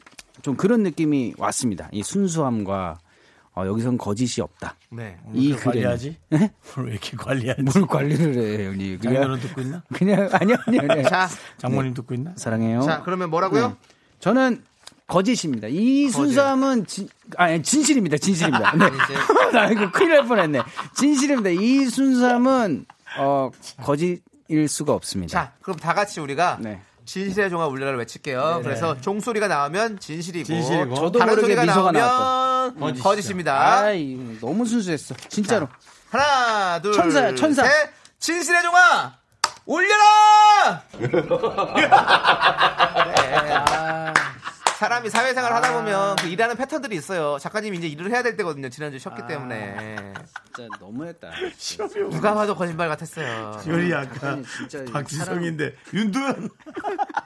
S11: 좀 그런 느낌이 왔습니다. 이 순수함과 어, 여기선 거짓이 없다.
S2: 네.
S1: 이
S11: 이
S1: 이렇게
S11: 글에는.
S1: 관리하지?
S11: 네?
S1: 뭘 왜 이렇게 관리하지?
S11: 뭘 관리를 해, 형님.
S1: 장모님
S11: 그냥,
S1: 듣고 있나?
S11: 그냥, 아니요, 아니요, 아니요.
S2: 자,
S10: 네.
S1: 장모님 듣고 있나?
S11: 사랑해요.
S2: 자, 그러면 뭐라고요?
S11: 네. 저는 거짓입니다. 이 순수함은 진, 아니, 예, 진실입니다. 진실입니다. 네. 나 이거 큰일 날 뻔했네. 진실입니다. 이 순수함은, 어, 거짓일 수가 없습니다.
S2: 자, 그럼 다 같이 우리가
S11: 네.
S2: 진실의 종아 울려라를 외칠게요. 그래서 종소리가 나오면 진실이고,
S1: 진실이고.
S11: 저도
S2: 다른
S11: 모르게
S2: 소리가
S11: 미소가
S2: 나오면
S1: 거짓이죠.
S2: 거짓입니다.
S11: 아이, 너무 순수했어. 진짜로.
S2: 하나, 둘,
S11: 천사야, 천사.
S2: 셋. 진실의 종아 울려라. 네. 사람이 사회생활 하다 보면 그 일하는 패턴들이 있어요. 작가님이 이제 일을 해야 될 때거든요. 지난주에 쉬었기 때문에.
S11: 아, 진짜 너무했다.
S2: 누가 봐도 거짓말 같았어요.
S1: 쇼리 아까
S11: 진짜
S1: 박지성인데 윤두현.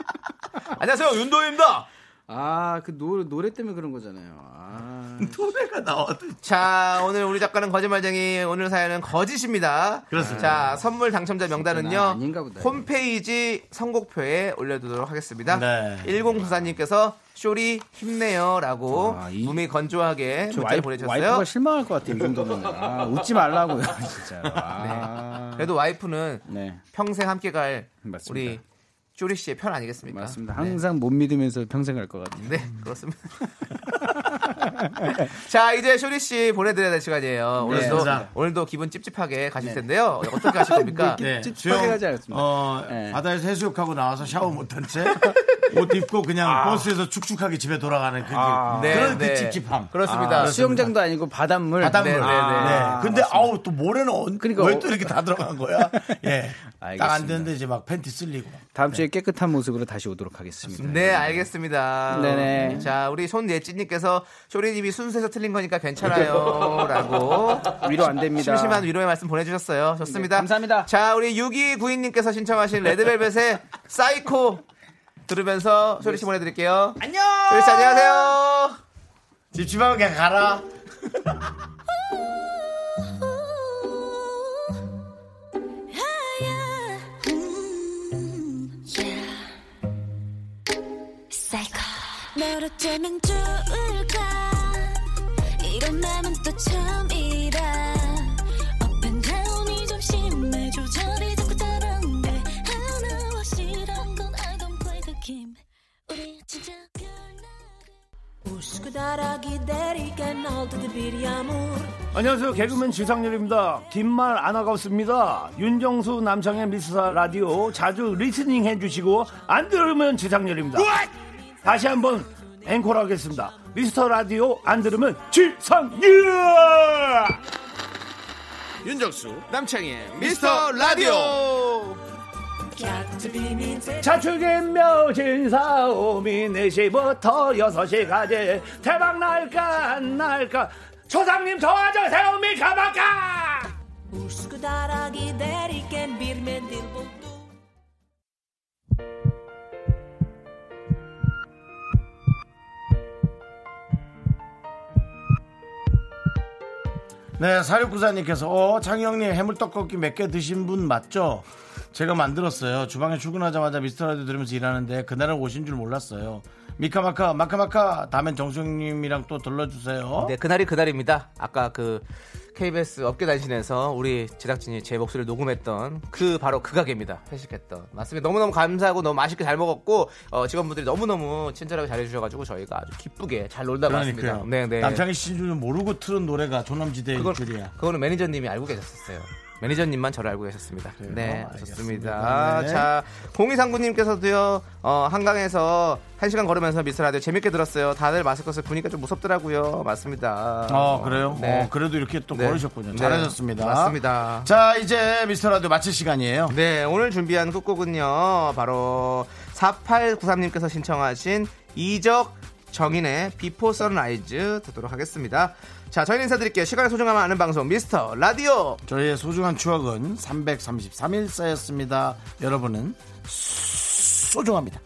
S2: 안녕하세요. 윤도입니다.
S11: 아, 그 노래, 노래 때문에 그런 거잖아요. 아.
S1: 노래가 나와도
S2: 자, 오늘 우리 작가는 거짓말쟁이, 오늘 사연은 거짓입니다.
S1: 그렇습니다.
S2: 자, 선물 당첨자
S11: 나
S2: 명단은요,
S11: 아닌가 보다.
S2: 홈페이지 선곡표에 올려두도록 하겠습니다.
S1: 네.
S2: 1094님께서 쇼리 힘내요 라고
S11: 아, 이-
S2: 몸이 건조하게
S11: 저
S2: 문자
S11: 와이프,
S2: 보내주셨어요.
S11: 와이프가 실망할 것 같아, 이 정도면. 아, 웃지 말라고요, 진짜. 아.
S2: 네. 그래도 와이프는
S11: 네.
S2: 평생 함께 갈
S11: 맞습니다.
S2: 우리 쇼리 씨의 편 아니겠습니까?
S11: 맞습니다. 항상 못 믿으면서 평생 갈 것 같아요.
S2: 네, 그렇습니다. 자, 이제 쇼리 씨 보내드려야 될 시간이에요.
S11: 네,
S2: 오늘도,
S11: 감사합니다.
S2: 오늘도 기분 찝찝하게 가실 텐데요. 어떻게 하실 겁니까?
S11: 네. 찝찝하게
S1: 수영,
S11: 하지 않았습니다.
S1: 어,
S11: 네.
S1: 바다에서 해수욕하고 나와서 샤워 못한 채 옷 입고 그냥 버스에서 축축하게 집에 아. 돌아가는 그 길.
S2: 네,
S1: 그런 그
S2: 네.
S1: 찝찝함.
S2: 그렇습니다.
S1: 아,
S11: 수영장도 아니고 바닷물.
S1: 바닷물.
S2: 네, 네, 네.
S1: 네. 근데 아우 또 모래는 언,
S11: 그러니까
S1: 왜
S11: 어-
S1: 또 이렇게 다 들어간 거야? 예. 딱 안
S11: 알겠습니다.
S1: 되는데 이제 막 팬티 쓸리고.
S11: 다음 주에 깨끗한 모습으로 다시 오도록 하겠습니다.
S2: 네, 알겠습니다.
S11: 네네.
S2: 자, 우리 손예진님께서 쇼리님이 순수해서 틀린 거니까 괜찮아요. 라고.
S11: 위로 안 됩니다.
S2: 심심한 위로의 말씀 보내주셨어요.
S11: 네,
S2: 좋습니다.
S11: 감사합니다.
S2: 자, 우리 6292님께서 신청하신 레드벨벳의 사이코 들으면서 쇼리씨 보내드릴게요. 안녕! 쇼리씨 안녕하세요!
S1: 찝찝하면 그냥 가라.
S14: 음, 사이코 널 어쩌면 좋을까 이런 마음은 또 처음이라 Up and down이 좀 심해 조절이 자꾸 다른데 하나와 싫은 건 I don't play the game 우리 진짜 별나
S3: Aşk dara giderken altıda bir yağmur
S13: 안녕하세요. 개그맨 지상렬입니다. 긴 말 안 아깝습니다. 윤정수 남창의 미스터 라디오 자주 리스닝 해주시고 안 들으면 지상렬입니다. 다시 한번 앵콜 하겠습니다. 미스터 라디오 안 들으면 지상렬!
S2: 윤정수, 남창희, 미스터 라디오!
S13: 자축인 묘진 사오미 4시부터 6시까지 예, 대박 날까 안 날까 초상님 도와줘 세오미 가봐가
S3: Aşk dara giderken bir mendil buldum
S1: 네, 사육구사님께서 어, 창영님 해물떡볶이 몇 개 드신 분 맞죠? 제가 만들었어요. 주방에 출근하자마자 미스터라디오 들으면서 일하는데 그날은 오신 줄 몰랐어요. 미카마카 마카마카 다음엔 정수영님이랑 또 들러주세요.
S2: 네, 그날이 그날입니다. 아까 그 KBS 업계 단신에서 우리 제작진이 제 목소리를 녹음했던 그 바로 그 가게입니다. 회식했던. 맞습니다. 너무너무 감사하고 너무 맛있게 잘 먹었고 어, 직원분들이 너무너무 친절하게 잘해주셔가지고 저희가 아주 기쁘게 잘 놀다
S1: 그러니까요.
S2: 왔습니다. 네, 네.
S1: 남창희 씨인 줄은 모르고 틀은 노래가 조남지대의
S2: 그건-
S1: 줄이야.
S2: 그거는 매니저님이 알고 계셨었어요. 매니저님만 저를 알고 계셨습니다. 네, 좋습니다.
S1: 알겠습니다. 네.
S2: 자, 공이상구님께서도요, 어, 한강에서 한 시간 걸으면서 미스라디오 재밌게 들었어요. 다들 마스크 을 보니까 좀 무섭더라고요. 맞습니다.
S1: 아 그래요?
S2: 네.
S1: 어, 그래도 이렇게 또
S2: 네.
S1: 걸으셨군요.
S2: 네.
S1: 잘하셨습니다.
S2: 맞습니다.
S1: 자 이제 미스터라디오 마칠 시간이에요.
S2: 네, 오늘 준비한 끝곡은요, 바로 4893님께서 신청하신 이적 정인의 비포 선라이즈 듣도록 하겠습니다. 자, 저희는 인사드릴게요. 시간을 소중함을 아는 방송, 미스터 라디오!
S1: 저희의 소중한 추억은 333일 쌓였습니다. 여러분은 소중합니다.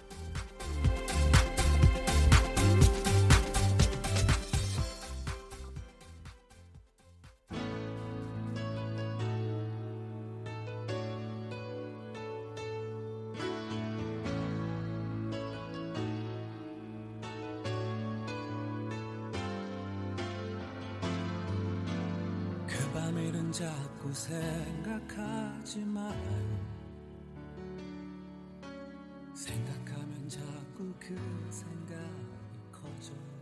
S12: 그 밤일은 자꾸 생각하지 마요 생각하면 자꾸 그 생각이 커져 그